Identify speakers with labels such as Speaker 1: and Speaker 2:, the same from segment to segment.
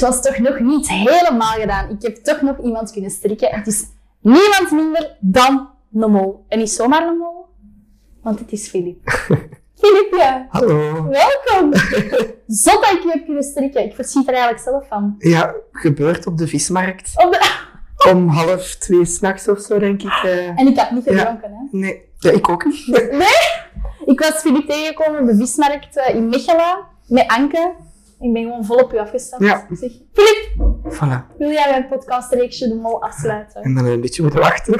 Speaker 1: was toch nog niet helemaal gedaan. Ik heb toch nog iemand kunnen strikken. Het is niemand minder dan een mol. En niet zomaar een mol, want het is Filip. Filip, ja.
Speaker 2: Hallo.
Speaker 1: Welkom! Zot dat ik je heb kunnen strikken. Ik verschiet er eigenlijk zelf van.
Speaker 2: Ja, gebeurt op de vismarkt.
Speaker 1: Op de-
Speaker 2: Om half twee s'nachts of zo, denk ik. eh.
Speaker 1: En ik had niet
Speaker 2: Ja.
Speaker 1: gedronken, hè.
Speaker 2: Nee, ja, ik ook niet.
Speaker 1: Ik was Filip tegengekomen op de vismarkt eh, in Mechelen met Anke. Ik ben gewoon vol op u afgestapt.
Speaker 2: Ja.
Speaker 1: Ik Zeg, Filip,
Speaker 2: Voilà.
Speaker 1: wil jij mijn podcastreeksje De Mol afsluiten?
Speaker 2: En dan een beetje moeten wachten.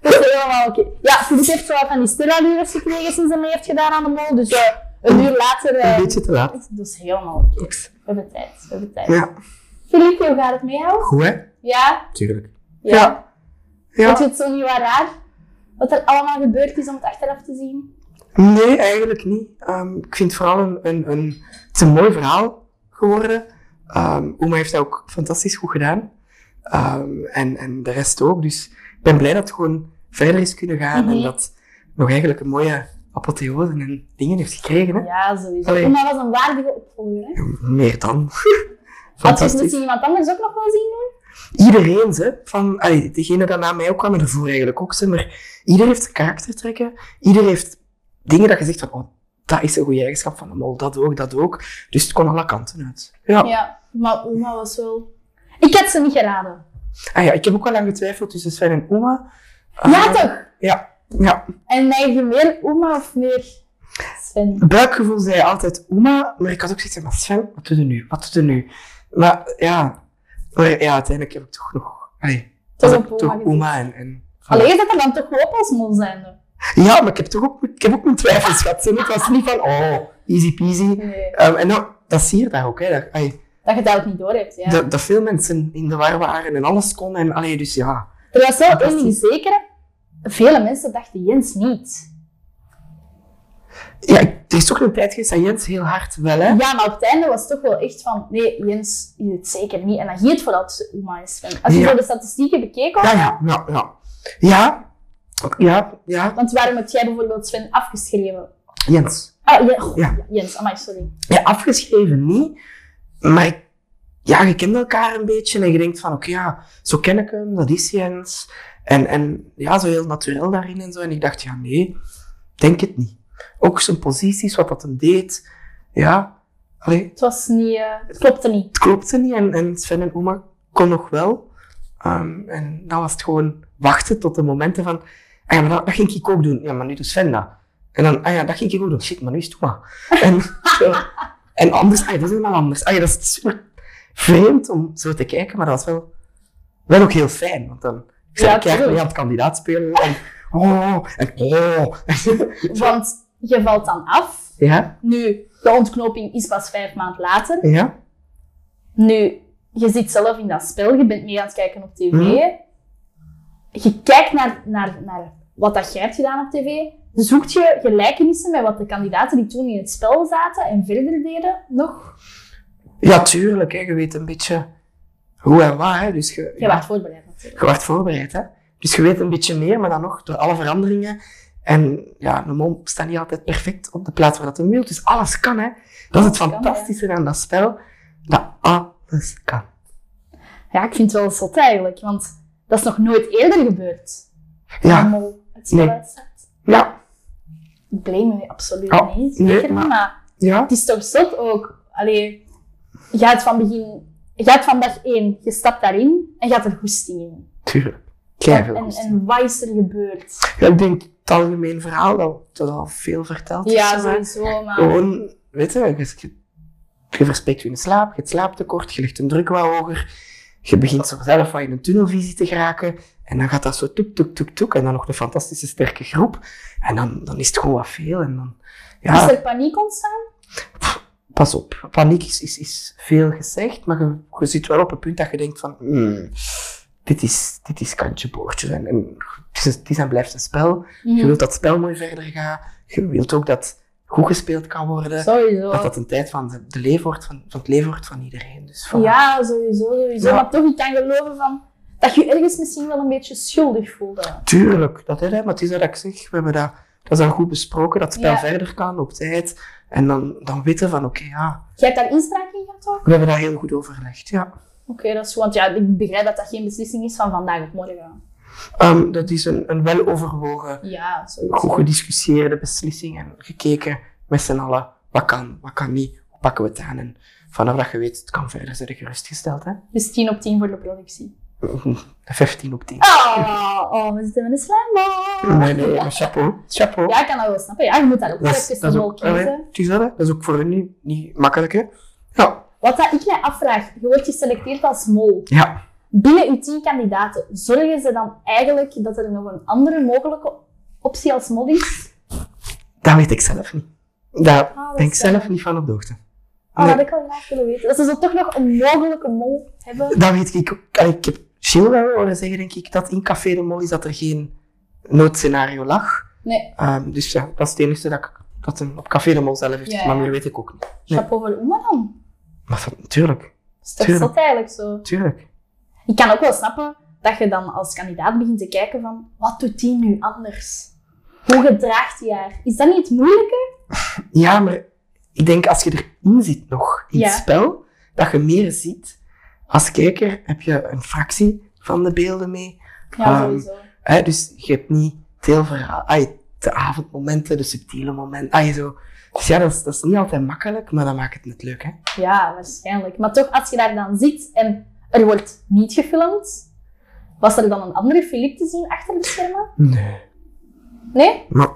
Speaker 1: Dat is helemaal oké. Ja, Filip heeft zo wat van die sterrenuren gekregen sinds hij mee heeft gedaan aan De Mol. Dus eh, een uur later... eh,
Speaker 2: Een beetje te laat.
Speaker 1: Dat is helemaal oké.
Speaker 2: Oeps.
Speaker 1: We hebben tijd, we hebben tijd.
Speaker 2: Ja,
Speaker 1: Filip, hoe gaat het met jou?
Speaker 2: goed hè?
Speaker 1: Ja?
Speaker 2: Tuurlijk.
Speaker 1: Ja.
Speaker 2: Ja.
Speaker 1: Vond
Speaker 2: Ja.
Speaker 1: je het zo niet wat raar? Wat er allemaal gebeurd is om het achteraf te zien?
Speaker 2: Nee, eigenlijk niet. Ehm, ik vind het vooral een, een, een, het is een mooi verhaal geworden. Ehm Oma heeft dat ook fantastisch goed gedaan. Ehm, en, en de rest ook. Dus ik ben blij dat het gewoon verder is kunnen gaan.
Speaker 1: Mhm.
Speaker 2: En dat het nog eigenlijk een mooie apotheose en dingen heeft gekregen. Hè?
Speaker 1: Ja, sowieso.
Speaker 2: Allee.
Speaker 1: Oma was een waardige opvolger, hè?
Speaker 2: Meer dan.
Speaker 1: Had je het
Speaker 2: Fantastisch.
Speaker 1: misschien iemand anders ook nog wel zien doen?
Speaker 2: Iedereen, ze, van, allee, degene dat na mij ook kwam, en ervoor eigenlijk ook, ze, maar ieder heeft zijn karaktertrekken. Ieder heeft dingen dat je zegt van, oh, dat is een goede eigenschap van de mol, dat ook, dat ook. Dus het kon alle kanten uit. Ja.
Speaker 1: Ja, maar oma was wel... Ik had ze niet geraden.
Speaker 2: Ah ja, ik heb ook wel lang getwijfeld tussen Sven en Eh, Oma.
Speaker 1: ja, toch?
Speaker 2: Ah. Ja,
Speaker 1: En neig je meer oma of meer Sven?
Speaker 2: buikgevoel zei altijd Oma, maar ik had ook zoiets van, maar Sven, wat doe je nu? Wat doe je nu? Maar ja, maar, ja uiteindelijk heb ik toch nog, allee,
Speaker 1: Toch
Speaker 2: was ik
Speaker 1: op oma
Speaker 2: toch
Speaker 1: gezien.
Speaker 2: Oma en... en
Speaker 1: Alleen dat er dan toch hoop als mol zijn.
Speaker 2: Ja, maar ik heb toch ook, ik heb ook mijn twijfels gehad. ze. Het was niet van, oh, easy peasy.
Speaker 1: Nee.
Speaker 2: Ehm, en nou, dat zie je daar ook. Hè. Dat, ai,
Speaker 1: Dat je dat ook niet door hebt, ja.
Speaker 2: dat, dat veel mensen in de war waren en alles kon. En, allee, dus ja.
Speaker 1: Er was wel één ding
Speaker 2: Fantastisch.
Speaker 1: zeker. Vele mensen dachten Jens niet.
Speaker 2: ja, ik- er is toch een tijd geweest dat Jens heel hard wel. Hè.
Speaker 1: Ja, maar op het einde was het toch wel echt van... Nee, Jens is het zeker niet. En dan geeft vooral tussen oma en Sven. Als je
Speaker 2: Ja.
Speaker 1: zo de statistieken bekeken
Speaker 2: Ja,
Speaker 1: had,
Speaker 2: ja, ja, ja. Ja, ja, ja.
Speaker 1: Want waarom heb jij bijvoorbeeld Sven afgeschreven?
Speaker 2: Jens.
Speaker 1: Ah, ja, goh,
Speaker 2: Ja.
Speaker 1: Jens, amai, sorry.
Speaker 2: Ja, afgeschreven niet. Maar ik- ja, je kent elkaar een beetje en je denkt van, oké, ja, zo ken ik hem, dat is Jens. En, en ja, zo heel natuurlijk daarin en zo. En ik dacht, ja, nee, denk het niet. Ook zijn posities, wat dat hem deed. Ja, allee,
Speaker 1: Het was niet... eh, het klopte niet.
Speaker 2: het klopte niet en, en Sven en oma kon nog wel. Ehm, en dan was het gewoon wachten tot de momenten van, ah ja, maar dat, dat ging ik ook doen. Ja, maar nu doet Sven dat. En dan, ah ja, dat ging ik ook doen. Shit, maar nu is het Oma. En, ja. en anders, ah ja, dat is helemaal anders. Ah ja, dat is super vreemd om zo te kijken, maar dat was wel, wel ook heel fijn. Want dan zei
Speaker 1: Ja,
Speaker 2: ik, ja,
Speaker 1: tuurlijk.
Speaker 2: je had kandidaat spelen en oh, en oh.
Speaker 1: Want je valt dan af.
Speaker 2: ja,
Speaker 1: Nu, de ontknoping is pas vijf maanden later.
Speaker 2: ja,
Speaker 1: Nu, je zit zelf in dat spel. Je bent mee aan het kijken op tv.
Speaker 2: Mhm.
Speaker 1: Je kijkt naar, naar, naar wat dat jij hebt gedaan op tv. Dus Zoekt je gelijkenissen met wat de kandidaten die toen in het spel zaten en verder deden nog?
Speaker 2: ja, tuurlijk. Hè, je weet een beetje hoe en waar. Hè, dus je,
Speaker 1: Je
Speaker 2: ja.
Speaker 1: werd voorbereid natuurlijk.
Speaker 2: Je wordt voorbereid, hè? Dus je weet een beetje meer, maar dan nog door alle veranderingen. En ja, de mol staat niet altijd perfect op de plaats waar dat hem wil. Dus alles kan, hè? Dat is
Speaker 1: Alles
Speaker 2: het
Speaker 1: kan,
Speaker 2: fantastische aan dat spel. Dat alles kan.
Speaker 1: Ja, ik vind het wel zot eigenlijk. Want dat is nog nooit eerder gebeurd.
Speaker 2: Ja,
Speaker 1: Allemaal het spel
Speaker 2: Nee.
Speaker 1: uitzet.
Speaker 2: ja,
Speaker 1: Ik blame je absoluut
Speaker 2: Oh,
Speaker 1: niet. Zeker
Speaker 2: nee,
Speaker 1: niet,
Speaker 2: maar-
Speaker 1: maar...
Speaker 2: ja.
Speaker 1: Het is toch zot ook. Allee, je gaat van begin... Je gaat van dag één, je stapt daarin en je gaat er goesting in.
Speaker 2: Tuurlijk.
Speaker 1: En,
Speaker 2: Keiveel.
Speaker 1: en, en wat is er gebeurd?
Speaker 2: Ja, ik denk het algemeen verhaal dat, dat al veel verteld
Speaker 1: Ja,
Speaker 2: is. hè.
Speaker 1: sowieso, maar...
Speaker 2: Gewoon, weet je, je, je, je verspekt je in de slaap, je hebt slaaptekort, je legt een druk wat hoger. Je begint zo zelf wat in een tunnelvisie te geraken. En dan gaat dat zo toek, toek, toek, toek. En dan nog een fantastische sterke groep. En dan, dan is het gewoon wat veel. En dan, ja,
Speaker 1: Is er paniek ontstaan?
Speaker 2: pas op. Paniek is, is, is veel gezegd, maar je, je zit wel op een punt dat je denkt van... "Hmm, dit, is, dit is kantje boordje. En, en het, is, het is en blijft een spel.
Speaker 1: Mhm.
Speaker 2: Je wilt dat het spel mooi verder gaan. Je wilt ook dat goed gespeeld kan worden
Speaker 1: Sowieso.
Speaker 2: dat dat een tijd van de, de leef wordt van, van het leven wordt van iedereen. Dus voilà.
Speaker 1: Ja, sowieso, sowieso.
Speaker 2: Ja.
Speaker 1: Maar toch, ik kan geloven van... Dat je je ergens misschien wel een beetje schuldig voelde.
Speaker 2: Tuurlijk, dat is het, maar het is dat ik zeg. We hebben dat, dat is al goed besproken, dat het spel
Speaker 1: Ja.
Speaker 2: verder kan op tijd. En dan, dan weten van, oké, ja,
Speaker 1: Jij hebt daar inspraak in gehad? dat ook?
Speaker 2: We hebben daar heel goed over gelegd, ja.
Speaker 1: Oké, dat is goed. Want ja, ik begrijp dat dat geen beslissing is van vandaag op morgen.
Speaker 2: Ehm, dat is een, een weloverwogen,
Speaker 1: Ja, zo.
Speaker 2: goed gediscussieerde beslissing en gekeken met z'n allen. Wat kan, wat kan niet, hoe pakken we het aan? En vanaf dat je weet, het kan verder, zijn gerustgesteld, hè.
Speaker 1: Dus 10 op 10 voor de productie.
Speaker 2: 15 op 10.
Speaker 1: Oh, oh we zitten met een slijmbal.
Speaker 2: Nee, nee, maar chapeau. Chapeau.
Speaker 1: Ja, ik kan dat wel snappen. Ja, je moet daar ook wel even
Speaker 2: is
Speaker 1: snel
Speaker 2: ook, allee,
Speaker 1: kiezen.
Speaker 2: het is dat, hè. dat is ook voor hun niet, niet makkelijk, hè. Ja.
Speaker 1: Wat dat ik mij afvraag, je wordt geselecteerd als mol.
Speaker 2: Ja.
Speaker 1: Binnen uw tien kandidaten, zorgen ze dan eigenlijk dat er nog een andere mogelijke optie als mol is?
Speaker 2: Dat weet ik zelf niet. Daar
Speaker 1: Ah, dat
Speaker 2: ben ik
Speaker 1: is
Speaker 2: zelf
Speaker 1: wel-
Speaker 2: niet van op de hoogte.
Speaker 1: Oh,
Speaker 2: Nee.
Speaker 1: dat had ik wel graag willen weten. Dat ze zo toch nog een mogelijke mol hebben.
Speaker 2: Dat weet ik ook. Allee, Ik heb chill wel horen zeggen, denk ik, dat in Café de Mol is dat er geen noodscenario lag.
Speaker 1: Nee,
Speaker 2: Ehm, dus ja, dat is het enige dat, ik, dat hem op Café de Mol zelf heeft.
Speaker 1: Ja,
Speaker 2: Maar
Speaker 1: ja.
Speaker 2: meer weet ik ook niet. Nee.
Speaker 1: chapeau voor Oema dan.
Speaker 2: Maar van- natuurlijk,
Speaker 1: Dat is toch
Speaker 2: Tuurlijk.
Speaker 1: zot eigenlijk zo.
Speaker 2: natuurlijk.
Speaker 1: Ik kan ook wel snappen dat je dan als kandidaat begint te kijken van, wat doet die nu anders? Hoe gedraagt die haar? Is dat niet het moeilijke?
Speaker 2: Ja, maar ik denk als je erin zit nog, in
Speaker 1: Ja.
Speaker 2: het spel, dat je meer ziet. Als kijker heb je een fractie van de beelden mee.
Speaker 1: Ja,
Speaker 2: Ehm,
Speaker 1: sowieso.
Speaker 2: Hè? Dus je hebt niet het hele verhaal. Ah, je- de avondmomenten, de subtiele momenten. Ah, je zo. Dus ja, dat is, dat is niet altijd makkelijk, maar dat maakt het net leuk, hè?
Speaker 1: Ja, waarschijnlijk. Maar toch, als je daar dan zit en er wordt niet gefilmd, was er dan een andere Filip te zien achter de schermen?
Speaker 2: Nee.
Speaker 1: Nee?
Speaker 2: Maar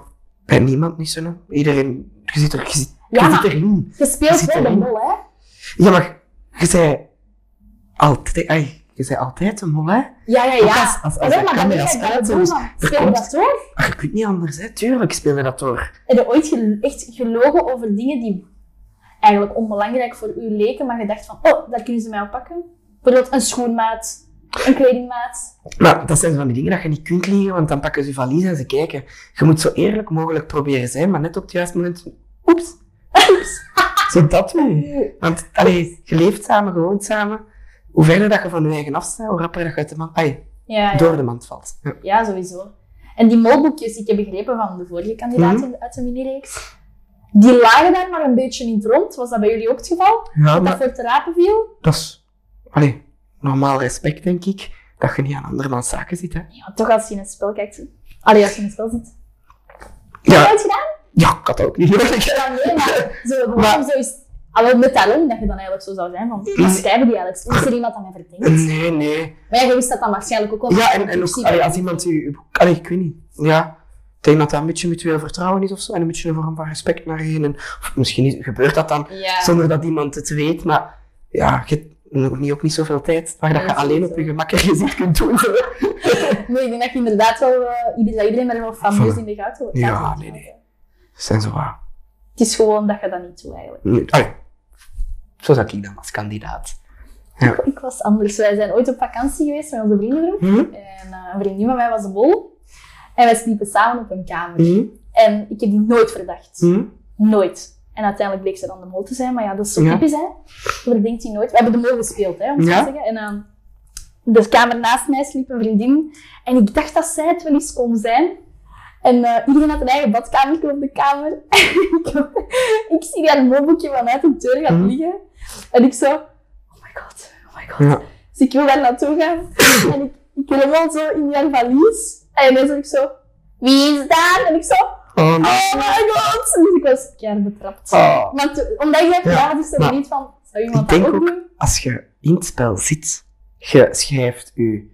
Speaker 2: bij niemand niet zo. hè. Iedereen, je zit, er, je zit, je
Speaker 1: Ja,
Speaker 2: zit
Speaker 1: maar
Speaker 2: erin.
Speaker 1: je
Speaker 2: Je
Speaker 1: speelt
Speaker 2: zit
Speaker 1: wel de
Speaker 2: erin.
Speaker 1: mol, hè?
Speaker 2: Ja, maar je zei altijd, ai, je zei altijd een mol, hè?
Speaker 1: Ja, ja,
Speaker 2: Ook
Speaker 1: ja.
Speaker 2: Als, als, als
Speaker 1: Jawel,
Speaker 2: dat
Speaker 1: maar dan
Speaker 2: camera's
Speaker 1: ga ik dat
Speaker 2: uit
Speaker 1: doen,
Speaker 2: is.
Speaker 1: maar
Speaker 2: er
Speaker 1: Speel je
Speaker 2: komt-
Speaker 1: dat door?
Speaker 2: Maar je kunt niet anders, hè? Tuurlijk speel je dat door.
Speaker 1: Heb je ooit gel- echt gelogen over dingen die eigenlijk onbelangrijk voor u leken, maar je dacht van, oh, daar kunnen ze mij op pakken? Bijvoorbeeld een schoenmaat, een kledingmaat.
Speaker 2: Maar dat zijn van die dingen dat je niet kunt liegen, want dan pakken ze je valies en ze kijken. Je moet zo eerlijk mogelijk proberen zijn, maar net op het juiste moment... Oeps. Oeps. zo dat doen. Want, allee, je leeft samen, je woont samen. Hoe verder dat je van je eigen afstaat, hoe rapper dat je uit de mand... Ai,
Speaker 1: Ja, ja.
Speaker 2: door de mand valt. Ja.
Speaker 1: Ja, sowieso. En die molboekjes, ik heb begrepen van de vorige kandidaat
Speaker 2: Mhm.
Speaker 1: in- uit de mini-reeks, die lagen daar maar een beetje in het rond. Was dat bij jullie ook het geval?
Speaker 2: Ja,
Speaker 1: Dat dat voor te rapen viel?
Speaker 2: Dat is allee, normaal respect, denk ik. Dat je niet aan andermans zaken zit, hè.
Speaker 1: Ja, toch als je in het spel kijkt. Allee, als je in het spel zit. Heb
Speaker 2: Ja,
Speaker 1: je dat gedaan?
Speaker 2: ja ik had dat ook niet nodig.
Speaker 1: Ja, nee, maar zo, gewoon
Speaker 2: Maar- Mm.
Speaker 1: zo is... Allee, met daarom dat je dan eigenlijk zo zou zijn van, wat schrijven die eigenlijk? Is er iemand aan mij verdenkt?
Speaker 2: Nee, nee.
Speaker 1: Maar ja, je wist dat dan waarschijnlijk ook wel.
Speaker 2: Ja, en, en ook allee, als iemand u... Allee, ik weet niet. Ja, ik denk dat dat een beetje mutueel vertrouwen is of zo. En een beetje een vorm van respect naar je. En, of misschien is- gebeurt dat dan
Speaker 1: Ja.
Speaker 2: zonder dat iemand het weet. Maar ja, je hebt nog niet, ook niet zoveel tijd waar dat
Speaker 1: Nee,
Speaker 2: je alleen op je
Speaker 1: sowieso.
Speaker 2: gemak je gezicht kunt doen.
Speaker 1: Nee, ik denk dat je inderdaad wel... eh, ieder- dat iedereen daar wel fameus
Speaker 2: Voilà.
Speaker 1: in de gaten
Speaker 2: Ja,
Speaker 1: gaten
Speaker 2: nee,
Speaker 1: houdt.
Speaker 2: nee. Dat zijn zo waar.
Speaker 1: Het is gewoon dat je dat niet doet eigenlijk.
Speaker 2: Nee, allee. Zo zat ik dan als kandidaat.
Speaker 1: Ik was anders. Wij zijn ooit op vakantie geweest met onze vriendengroep.
Speaker 2: Hm?
Speaker 1: En eh, een vriendin van mij was een bol. En wij sliepen samen op een kamer.
Speaker 2: Hm?
Speaker 1: En ik heb die nooit verdacht.
Speaker 2: Hm?
Speaker 1: Nooit. En uiteindelijk bleek ze dan de mol te zijn. Maar ja, dat is zo
Speaker 2: Ja.
Speaker 1: typisch, hè. Je verdenkt die nooit. We hebben de mol gespeeld, hè, om het zo
Speaker 2: Ja.
Speaker 1: te zeggen. En aan de kamer naast mij sliep een vriendin. En ik dacht dat zij het wel eens kon zijn. En eh, iedereen had een eigen badkamer op de kamer. ik, ik zie daar een molboekje vanuit de deur gaan
Speaker 2: Mhm.
Speaker 1: liggen. En ik zo... Oh my god, oh my god.
Speaker 2: Ja.
Speaker 1: Dus ik wil daar naartoe gaan. en ik, ik wil hem al zo in die valies. En dan zeg ik zo, wie is daar? En ik zo,
Speaker 2: Oh, nee.
Speaker 1: oh my god. Dus ik was keer betrapt.
Speaker 2: Oh.
Speaker 1: Maar toen- omdat ik dat
Speaker 2: Ja,
Speaker 1: gedaan had, is er
Speaker 2: maar
Speaker 1: niet van, zou iemand
Speaker 2: ik denk
Speaker 1: dat ook
Speaker 2: ook-
Speaker 1: doen?
Speaker 2: Als je in het spel zit, je schrijft je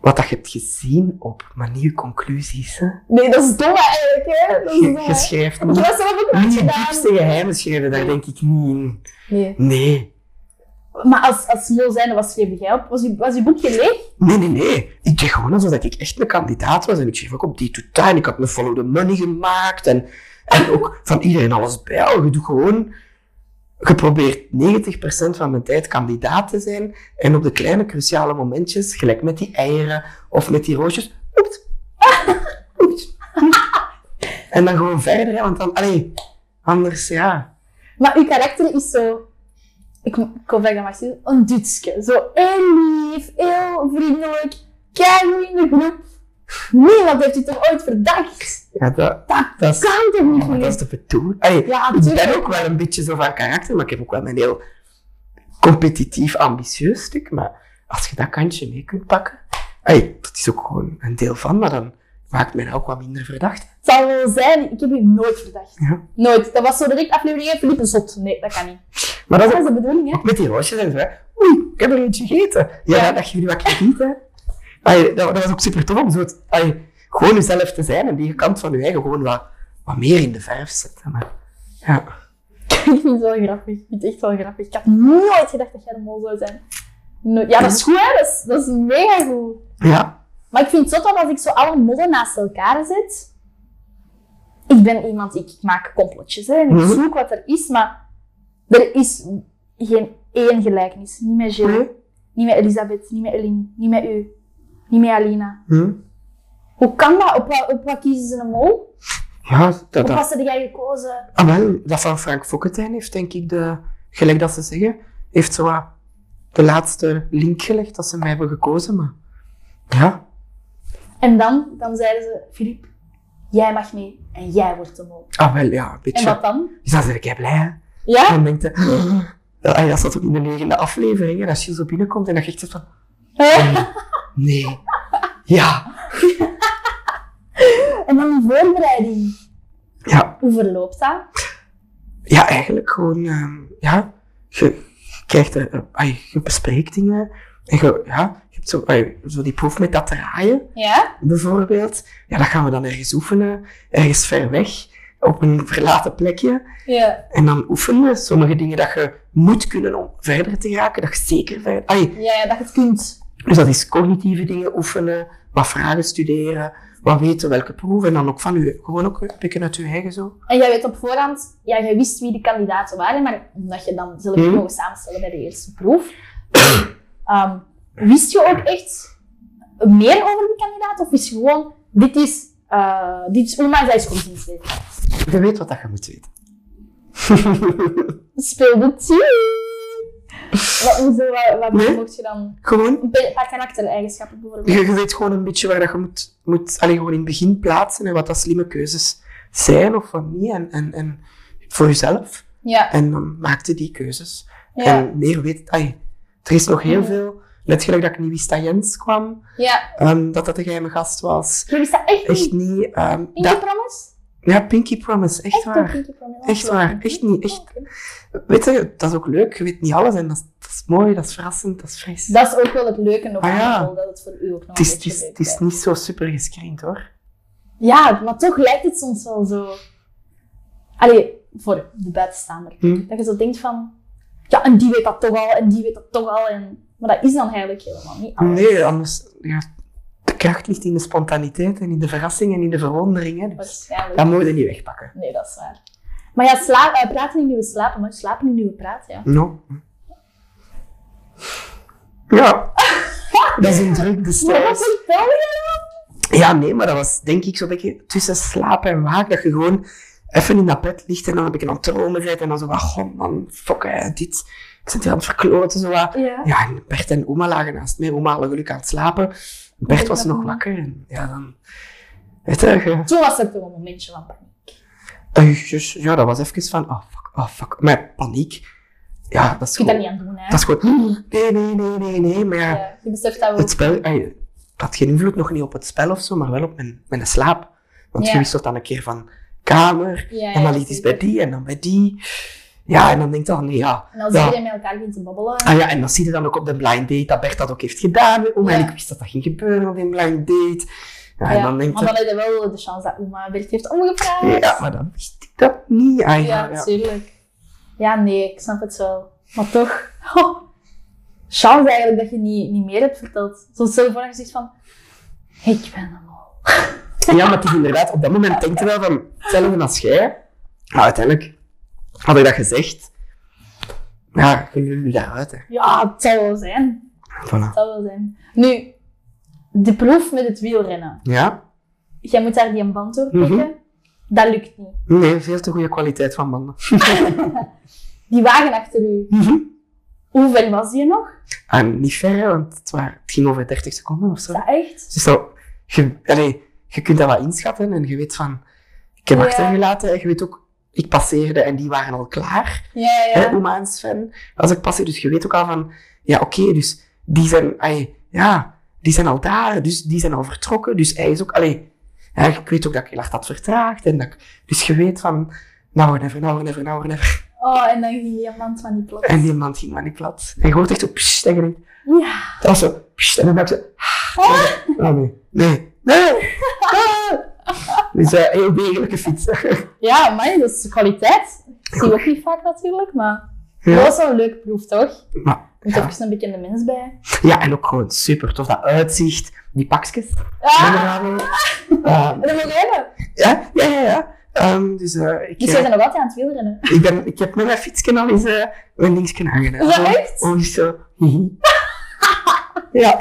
Speaker 2: wat dat je hebt gezien op, maar niet je conclusies. Hè?
Speaker 1: Nee, dat is dom eigenlijk, hè. Dat is dom,
Speaker 2: Je, je
Speaker 1: hè.
Speaker 2: schrijft
Speaker 1: Ik
Speaker 2: niet,
Speaker 1: was zelf ook
Speaker 2: niet
Speaker 1: nooit
Speaker 2: je
Speaker 1: gedaan.
Speaker 2: diepste geheimen schrijven, daar denk ik niet in.
Speaker 1: Nee.
Speaker 2: Nee.
Speaker 1: Maar als, als mol zijnde, wat schreef jij op? Was je, was je boekje leeg?
Speaker 2: Nee, nee, nee. Ik deed gewoon alsof dat ik echt een kandidaat was. En ik schreef ook op die totaal. En ik had mijn follow the money gemaakt. En, en ook van iedereen alles bij. Je doet gewoon... Je probeert 90% van mijn tijd kandidaat te zijn. En op de kleine cruciale momentjes, gelijk met die eieren of met die roosjes... Oeps. Oeps. En dan gewoon verder, hè, want dan... Allee, anders ja.
Speaker 1: Maar uw karakter is zo... Ik, ik hoop dat ik dat mag zeggen. Een dutske. Zo heel lief, heel vriendelijk, keigoed in de groep. Niemand heeft u toch ooit verdacht?
Speaker 2: Ja, dat,
Speaker 1: Dat,
Speaker 2: dat, is,
Speaker 1: kan toch
Speaker 2: ja,
Speaker 1: niet
Speaker 2: Oh, maar dat
Speaker 1: meer?
Speaker 2: is de bedoeling. Allee,
Speaker 1: Ja,
Speaker 2: Ik ben
Speaker 1: natuurlijk.
Speaker 2: ook wel een beetje zo van karakter, maar ik heb ook wel mijn heel competitief, ambitieus stuk, maar als je dat kantje mee kunt pakken, hey, dat is ook gewoon een deel van, maar dan maakt men ook wat minder verdacht.
Speaker 1: Het zal wel zijn, ik heb u nooit verdacht.
Speaker 2: Ja.
Speaker 1: Nooit. Dat was zo direct aflevering 1, Philippe Zot. Nee, dat kan niet.
Speaker 2: Maar dat
Speaker 1: Dat
Speaker 2: is
Speaker 1: was de bedoeling, hè?
Speaker 2: ook met die roosjes en zo, hè. oei, ik heb er eentje gegeten. Ja,
Speaker 1: Ja.
Speaker 2: dat je jullie wat gegeten. hè. Hey, dat, dat was ook super tof om zo het- hey, gewoon jezelf te zijn en die kant van je eigen gewoon wat, wat meer in de verf zetten. Maar, ja.
Speaker 1: ik vind het wel grappig. Ik vind het echt wel grappig. Ik had nooit gedacht dat jij de mol zou zijn. Nooit. Ja, dat is goed, hè? Dat is, dat is mega goed.
Speaker 2: ja,
Speaker 1: Maar ik vind het zo tof als ik zo alle modden naast elkaar zet. Ik ben iemand, ik maak complotjes hè, en ik
Speaker 2: Mhm.
Speaker 1: zoek wat er is, maar er is geen één gelijkenis. Niet met Jill,
Speaker 2: Nee.
Speaker 1: niet met Elisabeth, niet met Eline, niet met u, niet met Alina.
Speaker 2: Hm.
Speaker 1: Hoe kan dat? Op, wat- op wat kiezen ze een mol?
Speaker 2: ja dat,
Speaker 1: Op
Speaker 2: dat,
Speaker 1: wat ze jij gekozen?
Speaker 2: Ah, wel, dat van Frank Fokkentijn heeft, denk ik, de, gelijk dat ze zeggen, heeft zo wat de laatste link gelegd dat ze mij hebben gekozen. Maar ja,
Speaker 1: En dan, dan zeiden ze, Filip, jij mag mee en jij wordt de mol.
Speaker 2: ah, wel, ja, een
Speaker 1: En
Speaker 2: beetje.
Speaker 1: wat dan?
Speaker 2: Dus dan ben ik blij. Hè?
Speaker 1: Ja?
Speaker 2: Dan denk je, ja, en dat zat ook in de negende aflevering, hè, als je zo binnenkomt en dan je echt zegt van, "Oh, nee, ja,
Speaker 1: en dan die voorbereiding.
Speaker 2: ja,
Speaker 1: Hoe verloopt dat?
Speaker 2: ja eigenlijk gewoon, ehm, ja, je krijgt, er, eh, ai, je bespreekt dingen en je, ja, je hebt zo, ai, zo die proef met dat draaien.
Speaker 1: Ja?
Speaker 2: bijvoorbeeld. Ja, dat gaan we dan ergens oefenen, ergens ver weg, op een verlaten plekje.
Speaker 1: Ja.
Speaker 2: En dan oefenen. Sommige dingen dat je moet kunnen om verder te raken, dat je zeker verder... Ai,
Speaker 1: Ja, ja, dat je het kunt.
Speaker 2: dus dat is cognitieve dingen oefenen, wat vragen studeren, wat weten, welke proeven. En dan ook van u, gewoon ook een beetje uit je eigen zo.
Speaker 1: En jij weet op voorhand, ja, jij wist wie de kandidaten waren, maar omdat je dan zelf
Speaker 2: Mhm.
Speaker 1: mogen samenstellen bij de eerste proef, ehm, wist je ook echt meer over die kandidaat? Of wist je gewoon, dit is, eh dit is Oma en zij is godsdienstwetenschap?
Speaker 2: Je weet wat dat je moet weten.
Speaker 1: Speel de tune! Wat, hoezo, wat, wat
Speaker 2: Nee.
Speaker 1: mocht je dan?
Speaker 2: gewoon,
Speaker 1: Een be- een paar karaktereigenschappen
Speaker 2: je,
Speaker 1: bijvoorbeeld.
Speaker 2: je weet gewoon een beetje waar dat je moet, moet allee, gewoon in het begin plaatsen en wat dat slimme keuzes zijn of wat niet. En, en, en voor jezelf.
Speaker 1: Ja,
Speaker 2: En dan maakte die keuzes.
Speaker 1: ja,
Speaker 2: En meer weet... Ai, er is nog heel
Speaker 1: Ja.
Speaker 2: veel. Net gelijk dat ik niet wist dat Jens kwam.
Speaker 1: ja.
Speaker 2: ehm, dat dat een geheime gast was.
Speaker 1: Je wist dat echt niet.
Speaker 2: Echt niet. ehm,
Speaker 1: Pinky
Speaker 2: dat,
Speaker 1: Promise?
Speaker 2: ja, Pinky Promise. Echt,
Speaker 1: Echt een
Speaker 2: waar.
Speaker 1: Pinky Promise?
Speaker 2: Echt waar. Echt niet. Echt.
Speaker 1: Oké.
Speaker 2: Weet je, dat is ook leuk. Je weet niet alles. En dat is, dat is mooi. Dat is verrassend. Dat is fris.
Speaker 1: Dat is ook wel het leuke nog
Speaker 2: Ah,
Speaker 1: aan de
Speaker 2: ja.
Speaker 1: rol, dat het voor u ook nog
Speaker 2: het, is,
Speaker 1: een
Speaker 2: het,
Speaker 1: beetje
Speaker 2: is,
Speaker 1: leuk
Speaker 2: het is niet zo super gescreend hoor.
Speaker 1: Ja, maar toch lijkt het soms wel zo. Allee, voor de buitenstaander.
Speaker 2: Hm?
Speaker 1: Dat je zo denkt van, ja, en die weet dat toch al, en die weet dat toch al. En... Maar dat is dan eigenlijk helemaal niet alles.
Speaker 2: Nee, anders... Ja, de kracht ligt in de spontaniteit en in de verrassing en in de verwondering. Hè. Dus
Speaker 1: Waarschijnlijk.
Speaker 2: dat moet je niet wegpakken.
Speaker 1: Nee, dat is waar. Maar ja, sla- eh, praten in nieuwe slapen, maar slapen in nieuwe praten, ja.
Speaker 2: No. Ja. dat is een druk
Speaker 1: Maar wat
Speaker 2: bestel.
Speaker 1: vertel je?
Speaker 2: Ja, nee, maar dat was denk ik zo'n beetje tussen slaap en waak. Dat je gewoon even in dat bed ligt en dan heb ik aan het dromen zit. En dan zo wat, god man, fuck äh, hè, dit. Ik zit hier aan het verkloten, zo wat.
Speaker 1: Ja.
Speaker 2: Ja, en Bert en oma lagen naast mij. Oma had gelukkig aan het slapen. Bert was
Speaker 1: Ja.
Speaker 2: nog wakker. En ja, dan... Weet je, je-
Speaker 1: Toen was er toch een momentje van paniek.
Speaker 2: eh, dus, ja, dat was even van, oh fuck, oh fuck. Maar paniek. Ja, dat is
Speaker 1: Je kunt dat
Speaker 2: gewoon...
Speaker 1: niet aan doen, hè.
Speaker 2: Dat is gewoon... "Hm, Nee, nee, nee, nee, nee, maar ja.
Speaker 1: Ja, je beseft dat wel.
Speaker 2: Het spel, ay, had geen invloed nog niet op het spel of zo, maar wel op mijn, mijn slaap. Want
Speaker 1: Ja.
Speaker 2: je wist dat dan een keer van kamer,
Speaker 1: Ja, ja,
Speaker 2: en dan ligt iets bij
Speaker 1: zeker.
Speaker 2: die en dan bij die. Ja, en dan denk je dan, nee, ja.
Speaker 1: En als
Speaker 2: Ja.
Speaker 1: iedereen met elkaar begint te babbelen.
Speaker 2: Ah ja, en dan zie je dan ook op de blind date dat Bert dat ook heeft gedaan. Oh,
Speaker 1: Ja.
Speaker 2: en ik wist dat dat ging gebeuren op die blind date. Ja, en
Speaker 1: Ja,
Speaker 2: dan denk
Speaker 1: maar
Speaker 2: je,
Speaker 1: dan heb je wel de chance dat oma Bert heeft omgevraagd.
Speaker 2: ja, maar dan wist ik dat niet. Ah, ja,
Speaker 1: Ja,
Speaker 2: ja.
Speaker 1: natuurlijk. Ja, nee, ik snap het wel. Maar toch, oh, chance eigenlijk dat je niet, niet meer hebt verteld. Zo stel je voor dat je zegt van, ik ben hem al.
Speaker 2: Ja, maar het is inderdaad, op dat moment denk je wel van, hetzelfde als jij. Nou, uiteindelijk had ik dat gezegd. Ja, je lulde daaruit, hè.
Speaker 1: Ja, het zal wel zijn.
Speaker 2: Voilà.
Speaker 1: Het zal wel zijn. Nu, de proef met het wielrennen.
Speaker 2: Ja,
Speaker 1: Jij moet daar die een band doorpikken.
Speaker 2: Mhm.
Speaker 1: Dat lukt niet.
Speaker 2: Nee, veel te goede kwaliteit van banden.
Speaker 1: Die wagen achter u, hoe ver was die nog?
Speaker 2: En Ah, niet ver, hè, want het, waren- het ging over 30 seconden of
Speaker 1: Is
Speaker 2: zo.
Speaker 1: dat echt?
Speaker 2: Dus zo, je, allee, je kunt dat wel inschatten en je weet van, ik heb
Speaker 1: Ja.
Speaker 2: achtergelaten. En je weet ook, ik passeerde en die waren al klaar.
Speaker 1: Ja,
Speaker 2: Hè,
Speaker 1: ja.
Speaker 2: oma en Sven. Als ik passeer, dus je weet ook al van, ja oké, dus die zijn, ai, ja, die zijn al daar, dus die zijn al vertrokken. Dus hij is ook, allee, ja, ik weet ook dat ik heel hard had vertraagd. En dat ik, dus je weet van, nou en even, nou en even, nou en even.
Speaker 1: Oh, en dan ging die man van die plot.
Speaker 2: En die man ging maar niet plat. En je hoort echt zo, pssst, en je denkt,
Speaker 1: Ja.
Speaker 2: dat was zo, pssst, en dan dacht ik zo, oh nee, nee, nee. ah. Dus eh, heel degelijke fiets.
Speaker 1: Ja, man, dat is kwaliteit. Dat zie je ook niet vaak natuurlijk, maar dat was wel een leuke proef, toch?
Speaker 2: Maar,
Speaker 1: Er moet
Speaker 2: ja.
Speaker 1: even een bekende mens bij.
Speaker 2: Ja, en ook gewoon super tof, dat uitzicht, die pakjes.
Speaker 1: Ah,
Speaker 2: Memorabel. Ehm,
Speaker 1: dat moet hebben.
Speaker 2: ja, ja, ja. ja. Ehm, dus eh, ik,
Speaker 1: Dus
Speaker 2: eh,
Speaker 1: jij bent nog altijd aan het wielrennen.
Speaker 2: ik, ben, ik heb met mijn fietsje al eens eh, een dingetje aangedaan.
Speaker 1: Is dat echt?
Speaker 2: Oh, is zo. hihi. ja.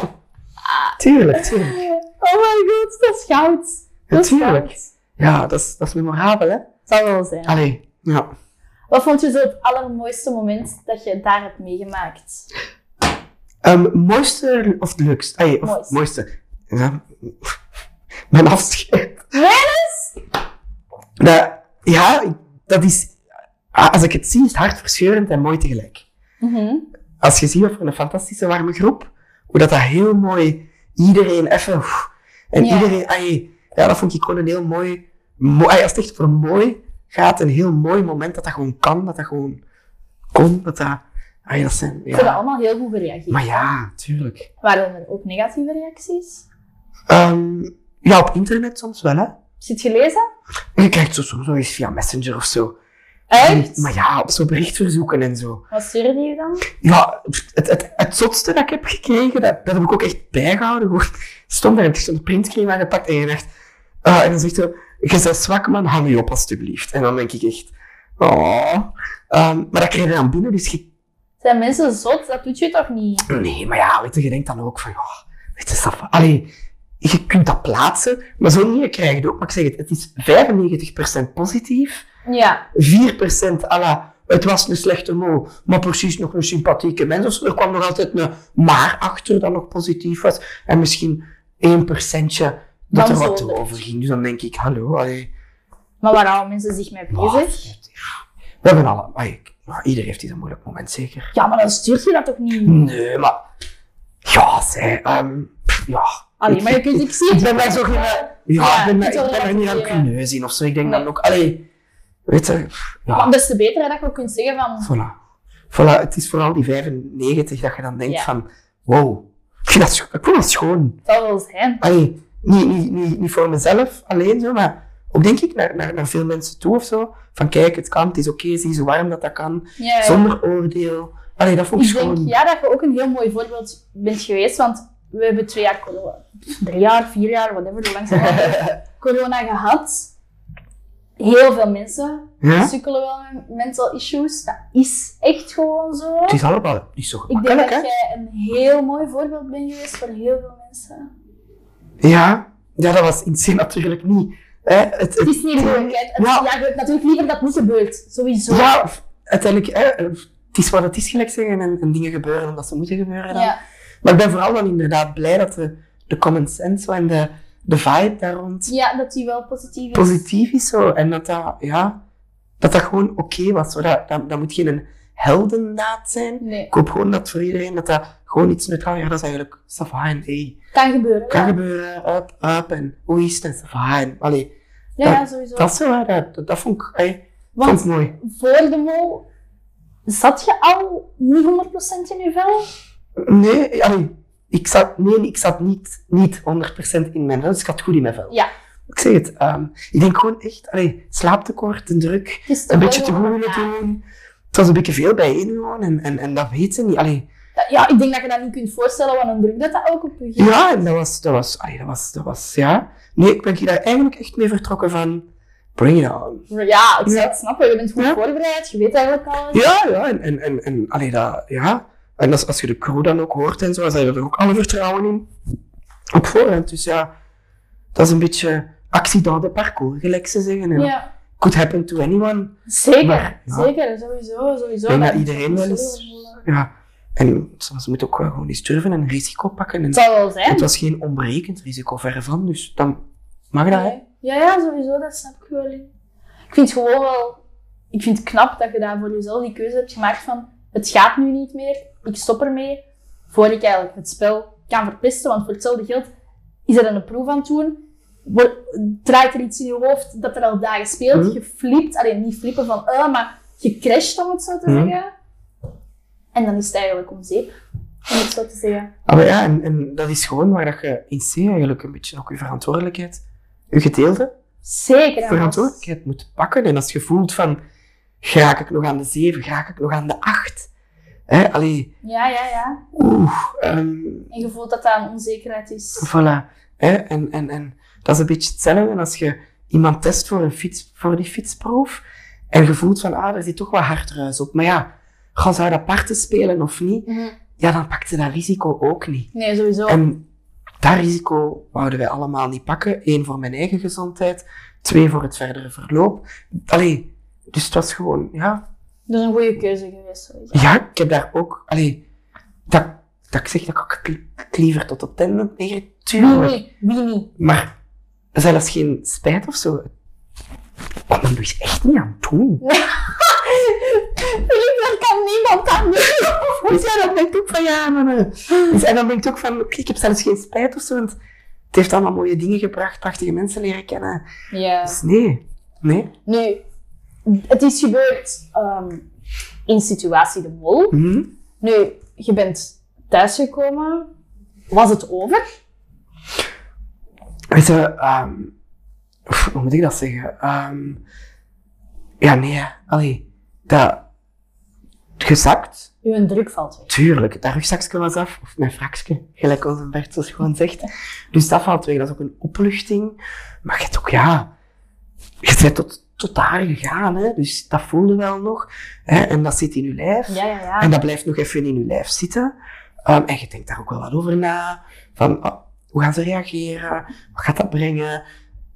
Speaker 2: Tuurlijk, tuurlijk.
Speaker 1: Oh my god, dat is goud. Dat is
Speaker 2: Natuurlijk.
Speaker 1: goud.
Speaker 2: Ja, dat is, dat is memorabel, hè?
Speaker 1: Zal wel zijn.
Speaker 2: Allee, ja.
Speaker 1: Wat vond je zo het allermooiste moment dat je daar hebt meegemaakt?
Speaker 2: Ehm, mooiste of het leukst? Ah, nee, of
Speaker 1: Mooiste.
Speaker 2: mooiste. Ja, mijn afscheid.
Speaker 1: Wellens?
Speaker 2: Dat, ja, dat is... Als ik het zie, is het hartverscheurend en mooi tegelijk.
Speaker 1: Mhm.
Speaker 2: als je ziet wat voor een fantastische warme groep, hoe dat, dat heel mooi iedereen even. oef, en
Speaker 1: Ja.
Speaker 2: iedereen, ai, ja, dat vond ik gewoon een heel mooi. mooi ai, als het echt voor mooi gaat, een heel mooi moment dat dat gewoon kan, dat dat gewoon kon. Dat dat, ai, dat zijn,
Speaker 1: Ze hebben
Speaker 2: ja.
Speaker 1: allemaal heel goed gereageerd.
Speaker 2: Maar ja, tuurlijk.
Speaker 1: Waren er ook negatieve reacties?
Speaker 2: Ehm, ja, op internet soms wel, hè?
Speaker 1: Zit gelezen?
Speaker 2: Je krijgt zo soms nog eens via Messenger of zo.
Speaker 1: Echt?
Speaker 2: Maar ja, op zo'n berichtverzoeken en zo.
Speaker 1: Wat stuurde je dan?
Speaker 2: Ja, het, het, het zotste dat ik heb gekregen, dat, dat heb ik ook echt bijgehouden. Gewoon, stond daar, ik stond een printscreen aangepakt en je dacht... ah, en dan zegt ze, je bent zwak man, hang je op alstublieft. En dan denk ik echt... Oh. Ehm, maar dat kreeg je dan binnen, dus je...
Speaker 1: Zijn mensen zot? Dat doet je toch niet?
Speaker 2: Nee, maar ja, weet je, je denkt dan ook van... Oh, weet je, Safa, allee, je kunt dat plaatsen, maar zo niet, je krijgt het ook. Maar ik zeg het, het is 95% positief,
Speaker 1: Ja.
Speaker 2: 4% à la, het was een slechte mol, maar precies nog een sympathieke mens. Dus er kwam nog altijd een maar achter dat nog positief was. En misschien 1% dat
Speaker 1: Dan
Speaker 2: er wat
Speaker 1: zonder.
Speaker 2: over ging. Dus dan denk ik, hallo, allee.
Speaker 1: Maar waar houden mensen zich mee bezig?
Speaker 2: We hebben alle, allee, ik- maar iedereen heeft iets een moeilijk moment, zeker.
Speaker 1: Ja, maar dan stuurt je dat toch niet?
Speaker 2: Nee, maar, ja, zij, ehm, pff, ja.
Speaker 1: Allee, maar je kunt ik zie het.
Speaker 2: Ik ben daar zo geen- Ja, ik ben,
Speaker 1: het
Speaker 2: daar-
Speaker 1: wel
Speaker 2: ik ben er niet aan
Speaker 1: relativeren.
Speaker 2: kunnen zien of zo. Ik denk
Speaker 1: Nee.
Speaker 2: dan ook, allee, weet je, pff, ja.
Speaker 1: Maar des te beter hè, dat je ook kunt zeggen van...
Speaker 2: Voilà. voilà. Het is vooral die 95 dat je dan denkt
Speaker 1: Ja.
Speaker 2: van, wow, ik, vind dat, scho- ik vond dat schoon.
Speaker 1: Het zal wel zijn.
Speaker 2: Allee, niet, niet, niet, niet voor mezelf alleen zo, maar ook denk ik naar, naar, naar veel mensen toe of zo. Van kijk, het kan, het is oké, zie zo warm dat dat kan.
Speaker 1: Ja, ja.
Speaker 2: Zonder oordeel. Allee, dat vond ik,
Speaker 1: Eh. Ik
Speaker 2: schoon.
Speaker 1: denk ja, dat je ook een heel mooi voorbeeld bent geweest, want we hebben twee jaar corona, drie jaar, vier jaar, whatever, hoe lang ze hadden, corona gehad. Heel veel mensen
Speaker 2: Ja?
Speaker 1: sukkelen wel met mental issues. Dat is echt gewoon zo.
Speaker 2: Het is allemaal niet zo
Speaker 1: Ik denk
Speaker 2: gemakkelijk,
Speaker 1: dat
Speaker 2: hè?
Speaker 1: jij een heel mooi voorbeeld bent geweest voor heel veel mensen.
Speaker 2: Ja. ja, dat was in zin natuurlijk niet. Hè? Het,
Speaker 1: Het is niet leuk, hè. Het-
Speaker 2: Ja.
Speaker 1: Ja, je hebt natuurlijk liever dat het niet gebeurt, sowieso.
Speaker 2: ja, uiteindelijk, hè, het is wat het is, gelijk zeggen. En, en dingen gebeuren omdat ze moeten gebeuren. Dan.
Speaker 1: Ja.
Speaker 2: Maar ik ben vooral dan inderdaad blij dat de, de common sense zo en de, de vibe daar rond
Speaker 1: Ja, dat die wel positief is.
Speaker 2: positief is zo. En dat dat, ja, dat dat gewoon oké was. Zo. Dat, dat, dat moet geen heldendaad zijn.
Speaker 1: Nee,
Speaker 2: Ik hoop gewoon dat voor iedereen dat dat gewoon iets neutraal Ja, dat is eigenlijk safa en hey,
Speaker 1: kan gebeuren.
Speaker 2: kan
Speaker 1: ja.
Speaker 2: gebeuren, up, up en hoe is het en safa en allee.
Speaker 1: Ja, ja, sowieso.
Speaker 2: Dat is zo, hè, dat, dat, dat vond ik, hey,
Speaker 1: Want
Speaker 2: vond ik mooi.
Speaker 1: voor de mol zat je al niet 100% in je vel?
Speaker 2: Nee, allee, ik zat, nee, ik zat niet, niet 100% in mijn vel, dus ik had goed in mijn vel.
Speaker 1: Ja.
Speaker 2: Ik zeg het, ehm, ik denk gewoon echt, allee, slaaptekort, de druk,
Speaker 1: Je stond
Speaker 2: een beetje te
Speaker 1: wel
Speaker 2: goed
Speaker 1: gewoon-
Speaker 2: willen
Speaker 1: Oh, ja.
Speaker 2: doen. Het was een beetje veel bijeen gewoon en, en, en dat weet ze niet. Allee,
Speaker 1: Dat- Ja, ik denk dat je dat niet kunt voorstellen, wat een druk dat dat ook op je geeft.
Speaker 2: ja, en dat was, dat was, allee, dat was, dat was, ja. Nee, ik ben hier daar eigenlijk echt mee vertrokken van, bring it on.
Speaker 1: Ja, ik zou
Speaker 2: Ja.
Speaker 1: het snappen. Je bent goed
Speaker 2: Ja.
Speaker 1: voorbereid, je weet eigenlijk alles.
Speaker 2: Ja, ja, en, en, en, en allee, dat, ja. En als, als je de crew dan ook hoort en zo, dan hebben we er ook alle vertrouwen in. Op voorhand, dus ja, dat is een beetje accident de parcours, gelijk ze zeggen. En
Speaker 1: Ja,
Speaker 2: Could happen to anyone.
Speaker 1: zeker.
Speaker 2: Maar, ja.
Speaker 1: Zeker, sowieso, sowieso.
Speaker 2: Ik denk dat
Speaker 1: Maar-
Speaker 2: iedereen wel eens- Ja, en soms moet je ook wel gewoon eens durven en risico pakken. En
Speaker 1: Het zal wel zijn.
Speaker 2: het was geen onberekend risico, verre van, dus dan mag dat, hè?
Speaker 1: Ja, ja, sowieso, dat snap ik wel. in. Ik vind het gewoon wel ik vind het knap dat je daar voor jezelf die keuze hebt gemaakt van het gaat nu niet meer, ik stop ermee, voor ik eigenlijk het spel kan verpesten, want voor hetzelfde geld is er een proef aan het doen, wordt, draait er iets in je hoofd dat er al dagen speelt,
Speaker 2: Mhm.
Speaker 1: je flipt, alleen niet flippen van, eh, maar je crasht om het zo te
Speaker 2: Mhm.
Speaker 1: zeggen. En dan is het eigenlijk om zeep, om het zo te zeggen.
Speaker 2: Ah, maar ja, en, en dat is gewoon waar dat je in C eigenlijk een beetje ook je verantwoordelijkheid, je gedeelde
Speaker 1: Zeker. Hans.
Speaker 2: verantwoordelijkheid moet pakken. En als je voelt van, ga ik nog aan de 7, ga ik nog aan de 8? Hè, allee,
Speaker 1: Ja, ja, ja.
Speaker 2: oeh, ehm,
Speaker 1: En je voelt dat dat een onzekerheid is.
Speaker 2: Voilà. Hè? En, en, en dat is een beetje hetzelfde als je iemand test voor, een fiets, voor die fietsproef. En je voelt van, ah, er zit toch wat hardruis op. Maar ja, gaan ze dat parten spelen of niet? Ja, dan pakt ze dat risico ook niet.
Speaker 1: Mhm. Nee, sowieso.
Speaker 2: En dat risico wouden wij allemaal niet pakken. Eén, voor mijn eigen gezondheid. Twee, voor het verdere verloop. Allee, dus het was gewoon, ja,
Speaker 1: Dat is een goede keuze geweest, sowieso.
Speaker 2: ja, ik heb daar ook. Allee, dat, dat ik zeg dat ik li- liever tot op ten heb neergelegd,
Speaker 1: Wie
Speaker 2: tuurlijk.
Speaker 1: niet? Wie niet?
Speaker 2: Maar zelfs geen spijt of zo. Kom er dus echt niet aan toe.
Speaker 1: Philippe, daar kan niemand aan
Speaker 2: Hoe is dat? Dan ben ik ook van ja, maar. eh. Dus, en dan ben ik ook van, oké, ik heb zelfs geen spijt of zo. Want het heeft allemaal mooie dingen gebracht, prachtige mensen leren kennen.
Speaker 1: Ja.
Speaker 2: Dus nee, nee.
Speaker 1: Nu, het is gebeurd ehm, in situatie de mol.
Speaker 2: Hm?
Speaker 1: Nu, je bent thuisgekomen. Was het over?
Speaker 2: Weet je, ehm, pff, hoe moet ik dat zeggen? Ehm, ja, nee, hè. allee, dat gezakt.
Speaker 1: Uw druk valt weg.
Speaker 2: Tuurlijk, dat rugzakje was af, of mijn fraksje, gelijk onze Bert zo gewoon zegt. Dus dat valt weg, dat is ook een opluchting. Maar je hebt ook, ja, je bent tot, tot daar gegaan, hè? dus dat voelde wel nog. Hè? En dat zit in je lijf.
Speaker 1: Ja, ja, ja.
Speaker 2: En dat blijft nog even in je lijf zitten. Ehm, en je denkt daar ook wel wat over na. Van, ah, hoe gaan ze reageren? Wat gaat dat brengen?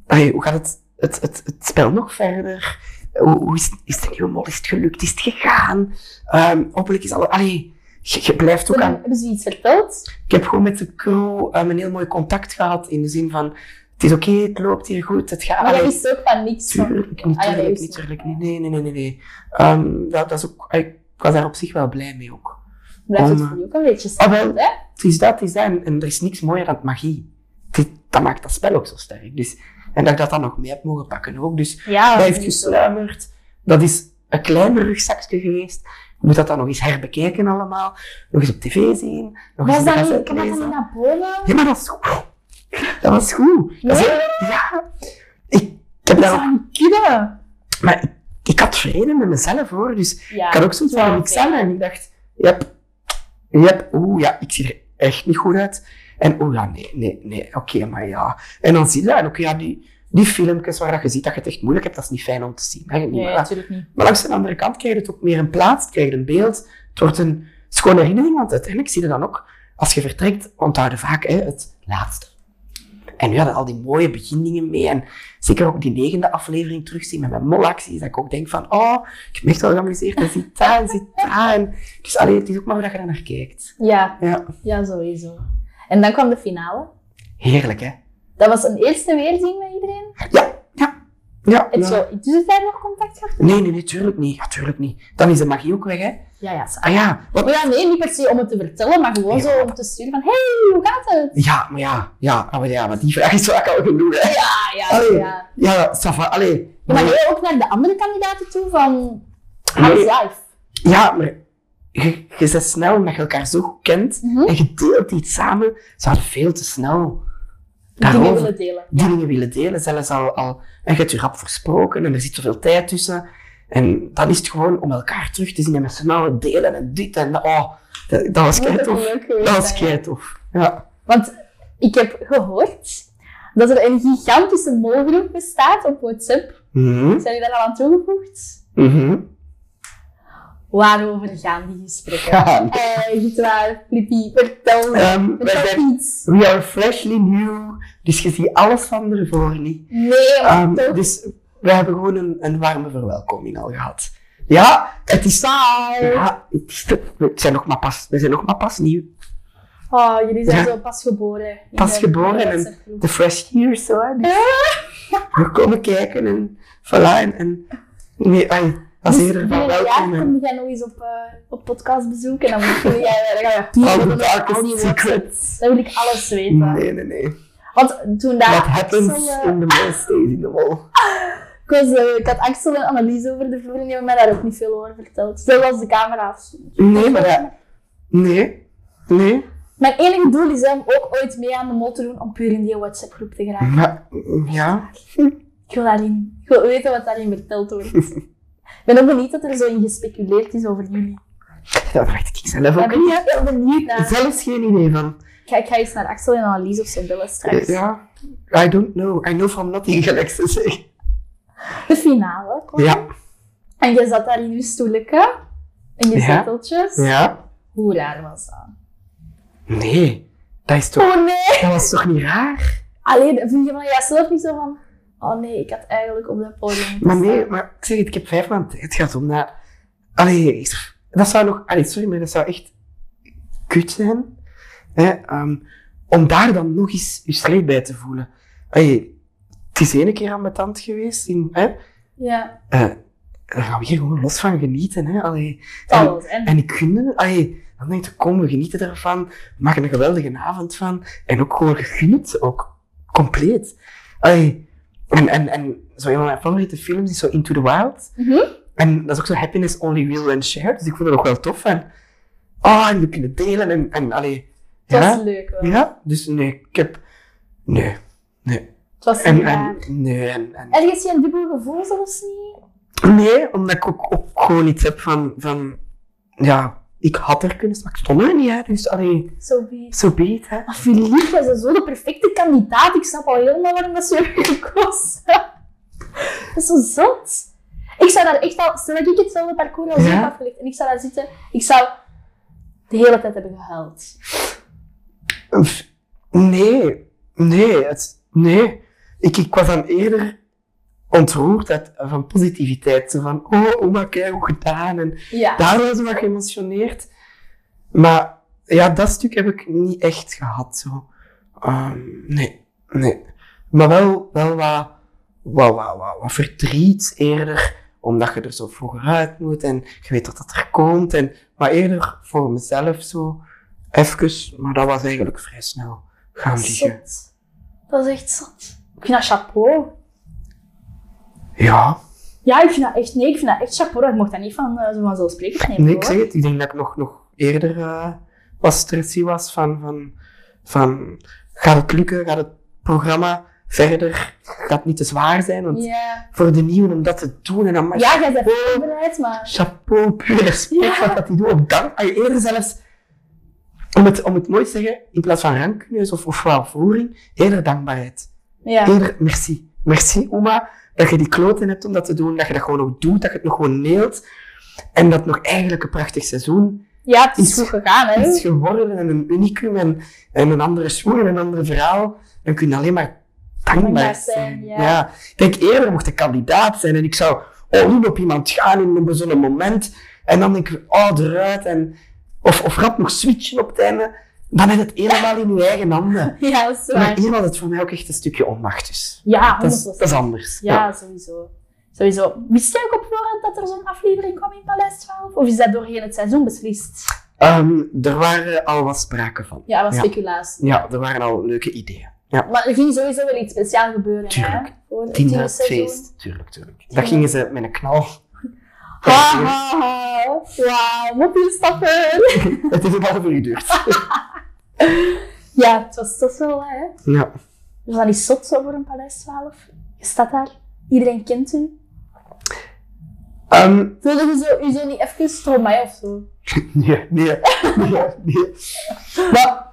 Speaker 2: Allee, hoe gaat het, het, het, het spel nog verder? Hoe, hoe is, is de nieuwe mol? Is het gelukt? Is het gegaan? Ehm, hopelijk is alles... Allee, je, je blijft ook
Speaker 1: Toen
Speaker 2: aan...
Speaker 1: Hebben ze iets verteld?
Speaker 2: Ik heb gewoon met de crew ehm, een heel mooi contact gehad. In de zin van, het is oké, het loopt hier goed, het gaat...
Speaker 1: Maar dat
Speaker 2: Allee,
Speaker 1: is ook van niks. Van.
Speaker 2: Tuurlijk, niet,
Speaker 1: Ah, ja,
Speaker 2: tuurlijk,
Speaker 1: dat
Speaker 2: niet,
Speaker 1: is-
Speaker 2: tuurlijk, niet. Nee, nee, nee, nee. nee. Ehm, dat, dat is ook, ik was daar op zich wel blij mee ook.
Speaker 1: Blijft het
Speaker 2: Om,
Speaker 1: voor je ook een beetje
Speaker 2: ah, wel.
Speaker 1: spannend, hè?
Speaker 2: Het is dat, het is dat. En, en er is niks mooier dan magie. Dit, dat maakt dat spel ook zo sterk. Dus, en dat ik dat dan nog mee heb mogen pakken ook. Dus
Speaker 1: Ja.
Speaker 2: dat heeft
Speaker 1: sowieso.
Speaker 2: gesluimerd. Dat is een kleiner rugzakje geweest. Ik moet dat dan nog eens herbekijken allemaal. Nog eens op tv zien. Nog
Speaker 1: Was
Speaker 2: eens in de
Speaker 1: dat niet,
Speaker 2: gazette
Speaker 1: kan dat dan niet
Speaker 2: lezen.
Speaker 1: naar boven?
Speaker 2: Ja, maar dat was goed. Dat was goed. Dat is-
Speaker 1: Nee?
Speaker 2: ja. Ik, ik heb
Speaker 1: Dat
Speaker 2: daar
Speaker 1: zou
Speaker 2: ook-
Speaker 1: een kudde.
Speaker 2: Maar ik, ik had vrede met mezelf hoor. Dus
Speaker 1: Ja.
Speaker 2: ik had ook soms wel
Speaker 1: Ja,
Speaker 2: niks
Speaker 1: oké.
Speaker 2: aan en ik dacht, yep, yep, oeh ja, ik zie er echt niet goed uit. En oeh ja, nee, nee, nee, oké, maar ja. En dan zie je dat, en ook ja, die, die filmpjes waar dat je ziet dat je het echt moeilijk hebt, dat is niet fijn om te zien. Hè?
Speaker 1: Nee,
Speaker 2: maar,
Speaker 1: natuurlijk niet.
Speaker 2: maar langs de andere kant krijg je het ook meer een plaats, het krijg je een beeld. Het wordt een schone herinnering, want uiteindelijk zie je dan ook, als je vertrekt, onthouden vaak hè, het laatste. En nu hadden al die mooie begindingen mee. En zeker ook die negende aflevering terugzien met mijn molacties. Dat ik ook denk van, oh, ik heb me echt wel geamuseerd. En zit daar, en zit daar. En dus alleen, het is ook maar hoe dat je daar naar kijkt.
Speaker 1: Ja,
Speaker 2: Ja.
Speaker 1: ja, sowieso. En dan kwam de finale.
Speaker 2: Heerlijk, hè?
Speaker 1: Dat was een eerste weerzien met iedereen.
Speaker 2: Ja, ja, ja.
Speaker 1: Heb je
Speaker 2: ja.
Speaker 1: zo in tussentijd nog contact gehad?
Speaker 2: Nee, nee, nee, tuurlijk niet. Ja, tuurlijk niet. Dan is de magie ook weg, hè?
Speaker 1: Ja, ja. zo.
Speaker 2: Ah ja, wat
Speaker 1: Maar ja, nee, niet per se om het te vertellen, maar gewoon zo om te sturen van, hey, hoe gaat het?
Speaker 2: Ja, maar ja, ja, ah, maar ja, maar die vraag is vaak al genoeg, hè?
Speaker 1: Ja, ja,
Speaker 2: Allee.
Speaker 1: ja.
Speaker 2: Ja, Safa, allee.
Speaker 1: Ja, Maar nee, ook naar de andere kandidaten toe van, how's
Speaker 2: Nee,
Speaker 1: life?
Speaker 2: ja, maar je, je zet snel omdat je elkaar zo goed kent
Speaker 1: Mhm.
Speaker 2: en je deelt iets samen, ze hadden veel te snel
Speaker 1: Dingen
Speaker 2: daarover
Speaker 1: willen delen.
Speaker 2: dingen willen delen, zelfs al, al. En je hebt je rap versproken en er zit zoveel tijd tussen. En dan is het gewoon om elkaar terug te zien en met z'n allen delen en dit en dat. Oh, dat, dat was
Speaker 1: Moet
Speaker 2: kei
Speaker 1: het
Speaker 2: tof.
Speaker 1: leuk geweest
Speaker 2: Dat was
Speaker 1: zijn.
Speaker 2: kei tof. Ja.
Speaker 1: Want ik heb gehoord dat er een gigantische molgroep bestaat op WhatsApp.
Speaker 2: Mhm.
Speaker 1: Zijn jullie daar al aan toegevoegd?
Speaker 2: Mhm.
Speaker 1: Waarover gaan die gesprekken?
Speaker 2: Ja.
Speaker 1: Eh, Giet waar, Flippy, vertel me.
Speaker 2: Ehm, wij
Speaker 1: Vertel
Speaker 2: zijn-
Speaker 1: iets.
Speaker 2: we are freshly new, dus je ziet alles van ervoor niet.
Speaker 1: Nee, maar
Speaker 2: Ehm,
Speaker 1: toch.
Speaker 2: dus we hebben gewoon een, een warme verwelkoming al gehad. Ja, het is... Ja, het is te- we, zijn nog maar pas, we zijn nog maar pas nieuw.
Speaker 1: Oh, jullie zijn
Speaker 2: Ja.
Speaker 1: zo pas geboren. in
Speaker 2: Pas
Speaker 1: de-
Speaker 2: geboren
Speaker 1: in de
Speaker 2: en-
Speaker 1: WhatsApp-groep.
Speaker 2: De fresh years, zo. Hè, dus we komen kijken en... Voilà, en... en nee, ai, was
Speaker 1: Dus
Speaker 2: eerder van
Speaker 1: binnen een jaar
Speaker 2: welkom en
Speaker 1: kom jij nog eens op, eh, op podcastbezoek en dan wil jij, dan ga je puur
Speaker 2: all the
Speaker 1: hebben over al die
Speaker 2: darkest
Speaker 1: woorden.
Speaker 2: secrets.
Speaker 1: Dan wil ik alles weten.
Speaker 2: Nee, nee, nee.
Speaker 1: Want toen daar
Speaker 2: What happens
Speaker 1: Axel, eh,
Speaker 2: in the mall stays in the mall.
Speaker 1: ik, was, eh, ik had Axel en Annelies over de vloer en die hebben mij daar ook niet veel over verteld. Zelfs de camera afstond.
Speaker 2: Nee, maar ja. Nee. Nee.
Speaker 1: Mijn enige doel is hè, om ook ooit mee aan de mol te doen om puur in die WhatsApp groep te geraken.
Speaker 2: Maar, ja.
Speaker 1: Ik wil daarin, ik wil weten wat daarin verteld wordt. ik ben ook benieuwd dat er zo in gespeculeerd is over jullie.
Speaker 2: Dat dacht ik zelf
Speaker 1: Daar
Speaker 2: ook
Speaker 1: ben
Speaker 2: niet.
Speaker 1: ik heel benieuwd naar.
Speaker 2: Zelfs geen idee van.
Speaker 1: Ik ga, ik ga eens naar Axel en Annelies of zo bellen straks.
Speaker 2: Ja. I don't know. I know from nothing, gelijk ze zeggen.
Speaker 1: De finale. kom.
Speaker 2: Ja.
Speaker 1: En je zat daar in je stoelke. In je
Speaker 2: Ja.
Speaker 1: zeteltjes.
Speaker 2: Ja.
Speaker 1: Hoe raar was dat?
Speaker 2: Nee. Dat is toch...
Speaker 1: Oh nee!
Speaker 2: Dat was toch niet raar?
Speaker 1: Alleen vind je van jezelf niet zo van... Oh nee, ik had eigenlijk op dat podium moeten
Speaker 2: Maar nee,
Speaker 1: staan.
Speaker 2: maar ik zeg het, ik heb vijf maanden tijd gehad om dat... Allee, ik- dat zou nog... Allee, sorry, maar dat zou echt kut zijn. Hè, ehm, om daar dan nog eens je slecht bij te voelen. Allee, het is ene keer aan mijn tand geweest. In, hè,
Speaker 1: Ja,
Speaker 2: eh, daar gaan we hier gewoon los van genieten. Hè, allee.
Speaker 1: dat
Speaker 2: En-
Speaker 1: was en
Speaker 2: en ik gunde het. Allee, dan denk ik, kom, we genieten ervan. Maak er een geweldige avond van. En ook gewoon gun het ook. Compleet. Allee, en, en, en zo een van mijn favoriete films is zo Into the Wild.
Speaker 1: Mhm.
Speaker 2: En dat is ook zo happiness only real and shared. Dus ik vond het ook wel tof. En, oh, en we kunnen delen. En, en allee,
Speaker 1: Het was
Speaker 2: ja,
Speaker 1: leuk wel.
Speaker 2: ja, dus nee, ik heb... Nee.
Speaker 1: Het was
Speaker 2: En,
Speaker 1: raar.
Speaker 2: en, nee, en, en-
Speaker 1: Ergens geen dubbel gevoel zelfs niet.
Speaker 2: Nee, omdat ik ook, ook gewoon iets heb van, van... Ja, ik had er kunnen staan, maar ik stond er niet uit. Dus allee...
Speaker 1: Zo be it.
Speaker 2: Zo beet, hè?
Speaker 1: Ah, Maar Philippe was dan zo de perfecte kandidaat. Ik snap al helemaal waarom dat ze hebben gekozen. dat is zo zot. Ik zou daar echt al, stel dat ik hetzelfde parcours als
Speaker 2: Ja.
Speaker 1: ja. afgelegd en ik zou daar zitten, ik zou de hele tijd hebben gehuild.
Speaker 2: Pff, Nee, nee, het, nee. Ik, ik was dan eerder ontroerd uit, van positiviteit. Zo van, oh, oma, kijk, hoe gedaan. En
Speaker 1: Ja.
Speaker 2: daar was ik wat geëmotioneerd. Maar ja, dat stuk heb ik niet echt gehad. Zo. Ehm, nee, nee. Maar wel, wel wat, wat, wat, wat, wat verdriet eerder, omdat je er zo vroeger uit moet en je weet dat dat er komt. En, maar eerder voor mezelf zo, even, maar dat was eigenlijk vrij snel gaan liggen.
Speaker 1: Zot. Dat is echt zot. Ik vind dat chapeau.
Speaker 2: Ja,
Speaker 1: Ja, ik vind dat echt, nee, ik vind dat echt chapeau. Ik mocht dat niet van eh, zo vanzelfsprekend nemen.
Speaker 2: nee, ik
Speaker 1: hoor.
Speaker 2: zeg het, ik denk dat ik nog, nog eerder eh wat stressy was van, van, van, gaat het lukken, gaat het programma verder, gaat het niet te zwaar zijn, want
Speaker 1: Ja.
Speaker 2: voor de nieuwen om dat te doen en dan maar
Speaker 1: ja, jij bent
Speaker 2: chapeau.
Speaker 1: voorbereid, maar...
Speaker 2: chapeau, puur respect
Speaker 1: Ja.
Speaker 2: wat dat die doen. Ook dank, allee, eerder zelfs, om het, om het mooi te zeggen, in plaats van rankneus of, of waarvoering, eerder dankbaarheid.
Speaker 1: Ja.
Speaker 2: Eerder merci. Merci, Oma, dat je die kloten hebt om dat te doen, dat je dat gewoon ook doet, dat je het nog gewoon neelt. En dat nog eigenlijk een prachtig seizoen
Speaker 1: ja, het is
Speaker 2: Is-
Speaker 1: goed gegaan, hè.
Speaker 2: is geworden en een unicum en, en een andere sfeer en een ander verhaal. Dan kun je alleen maar dankbaar
Speaker 1: Dankbaar
Speaker 2: zijn.
Speaker 1: zijn, ja.
Speaker 2: Ja. Ik denk eerder mocht ik kandidaat zijn en ik zou all-in op iemand gaan in een bezonnen moment. En dan denk ik, oh, eruit. En, of, of rap nog switchen op het einde. Dan heb je het helemaal in je eigen handen.
Speaker 1: Ja, dat is
Speaker 2: Maar
Speaker 1: waar.
Speaker 2: hier was het voor mij ook echt een stukje onmacht. Dus.
Speaker 1: Ja, 100%.
Speaker 2: Dat is, dat is anders.
Speaker 1: Ja, sowieso. Sowieso. Wist jij ook op voorhand dat er zo'n aflevering kwam in Paleis 12? Of is dat doorheen het seizoen beslist?
Speaker 2: Ehm, er waren al wat sprake van.
Speaker 1: Ja, dat was
Speaker 2: Ja.
Speaker 1: speculatie.
Speaker 2: Ja, er waren al leuke ideeën.
Speaker 1: Maar er ging sowieso wel iets speciaals gebeuren,
Speaker 2: Tuurlijk.
Speaker 1: hè? Voor het
Speaker 2: Tien
Speaker 1: nieuwe
Speaker 2: het
Speaker 1: seizoen.
Speaker 2: feest. Tuurlijk, tuurlijk. Ah. Dat gingen ze met een knal.
Speaker 1: Ha, ha, ha. Wauw, moppiestapper.
Speaker 2: Het heeft een half uur geduurd.
Speaker 1: Ja, het was toch wel, hè?
Speaker 2: Ja.
Speaker 1: Was dat niet zot zo voor een Paleis 12? Je staat daar, iedereen kent u.
Speaker 2: Ehm,
Speaker 1: Wilden je zo, u zo niet even stromaai of zo?
Speaker 2: nee, nee, nee, nee. Maar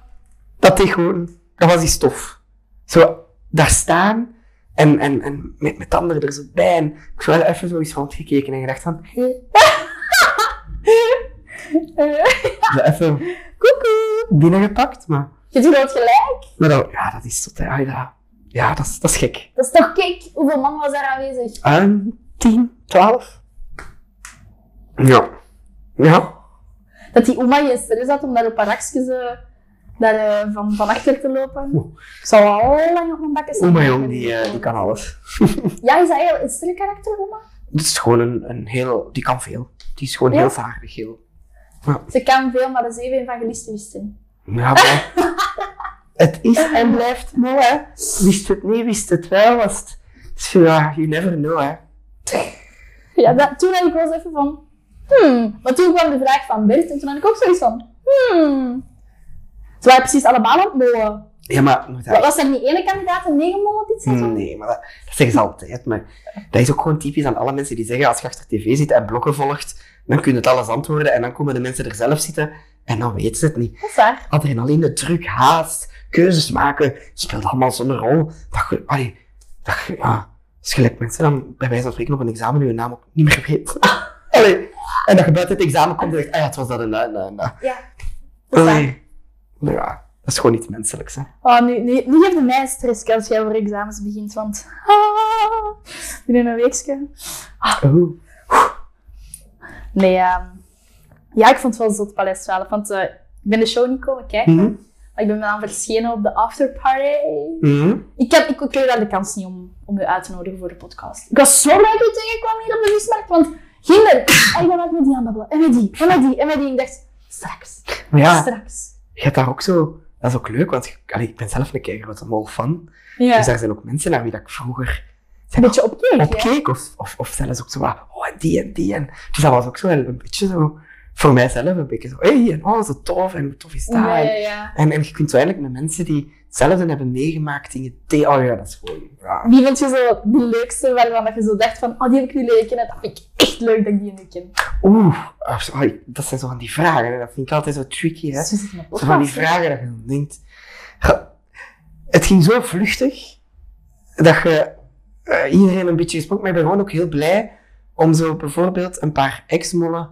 Speaker 2: dat deed gewoon, dat was die stof. Zo daar staan en, en, en met, met anderen er zo bij. En ik heb wel even zo eens rondgekeken en gedacht van,
Speaker 1: Eh,
Speaker 2: zo even
Speaker 1: Koekoe.
Speaker 2: binnengepakt. Maar,
Speaker 1: Je doet het gelijk.
Speaker 2: maar dat, ja, dat is tot, ja, dat, ja, dat is, dat is gek.
Speaker 1: Dat is toch kijk, hoeveel man was daar aanwezig?
Speaker 2: Ehm, 10, 12? Ja. Ja.
Speaker 1: Dat die oma geen stress had om daar op haar rakjes eh, daar, eh, van, van achter te lopen.
Speaker 2: Oeh.
Speaker 1: Ik zou al lang nog een bakje
Speaker 2: Oma jong, eh, die, eh, die kan alles.
Speaker 1: Ja, is dat heel een stil karakter, oma?
Speaker 2: Het is gewoon een, een heel, die kan veel. Die is gewoon
Speaker 1: Ja.
Speaker 2: heel vaardig, heel.
Speaker 1: Ze kan veel, maar dat is even evangelisten wist ze niet.
Speaker 2: Ja, maar het is en blijft mooi, hè. Wist het niet, wist het wel, was het... Dus ja, you never know, hè.
Speaker 1: Ja, dat, toen had ik wel eens even van, hmm. Maar toen kwam de vraag van Bert en toen had ik ook zoiets van, hmm. Ze waren precies allemaal aan het mollen.
Speaker 2: Ja, maar... maar dat- Hmm,
Speaker 1: Wa- Was er niet ene kandidaat een negen mol op iets had?
Speaker 2: Nee, maar dat, dat zeggen ze altijd. Maar dat is ook gewoon typisch aan alle mensen die zeggen, als je achter tv zit en bloggen volgt, dan kun je het alles antwoorden en dan komen de mensen er zelf zitten en dan weten ze het niet.
Speaker 1: Dat is waar.
Speaker 2: Adrenaline, druk, haast, keuzes maken, speelt allemaal zo'n rol. Dat je, allee, dat je, ja, dat is gelijk mensen dan bij wijze van spreken op een examen je naam ook niet meer weten. Allee, en dat je buiten het examen komt en denkt, ah ja, het was dat en dat en dat en dat.
Speaker 1: Ja. Dat is waar.
Speaker 2: Allee, Ja, dat is gewoon iets menselijks, hè.
Speaker 1: Oh, nu, nu, nu geef je mij stress als jij voor examens begint, want ah, binnen een weekje.
Speaker 2: Oeh.
Speaker 1: Nee, ehm, ja, ik vond het wel zot Paleis 12, want eh, ik ben de show niet komen kijken,
Speaker 2: Mhm.
Speaker 1: maar ik ben me dan verschenen op de afterparty.
Speaker 2: Mhm.
Speaker 1: Ik, heb, ik, ik kreeg daar de kans niet om, om u uit te nodigen voor de podcast. Ik was zo blij dat ik u tegenkwam hier op de vismarkt, want ging er. En ik ben ook met die aan het babbelen. En met die, en met die, en met die. Ik dacht, straks,
Speaker 2: Maar ja,
Speaker 1: straks.
Speaker 2: je hebt daar ook zo... Dat is ook leuk, want je- allee, ik ben zelf een keer grote mol fan.
Speaker 1: Ja.
Speaker 2: Dus daar zijn ook mensen naar wie dat ik vroeger
Speaker 1: een beetje opkeek, hè?
Speaker 2: opkeek. Of, of, of zelfs ook zo wat, oh, en die en die en... Dus dat was ook zo wel een beetje zo... Voor mijzelf een beetje zo, hey, en oh, zo tof, en hoe tof is dat?
Speaker 1: Ja, ja,
Speaker 2: En,
Speaker 1: ja.
Speaker 2: en, en je kunt zo eigenlijk met mensen die hetzelfde hebben meegemaakt dingen tegen... Oh ja, dat is gewoon... Ja.
Speaker 1: Wie vond je zo de leukste waarvan dat je zo dacht van, oh, die heb ik nu leren kennen. Dat vind ik echt leuk dat ik die nu ken.
Speaker 2: Oeh, ah, zo, ah, dat zijn zo van die vragen. hè. Dat vind ik altijd zo tricky, hè.
Speaker 1: Zo zit het Dus in de
Speaker 2: Zo van die
Speaker 1: podcast, hè.
Speaker 2: vragen dat je dan denkt. Ja, Het ging zo vluchtig dat je eh, iedereen een beetje gesproken. Maar ik ben gewoon ook heel blij om zo bijvoorbeeld een paar ex-mollen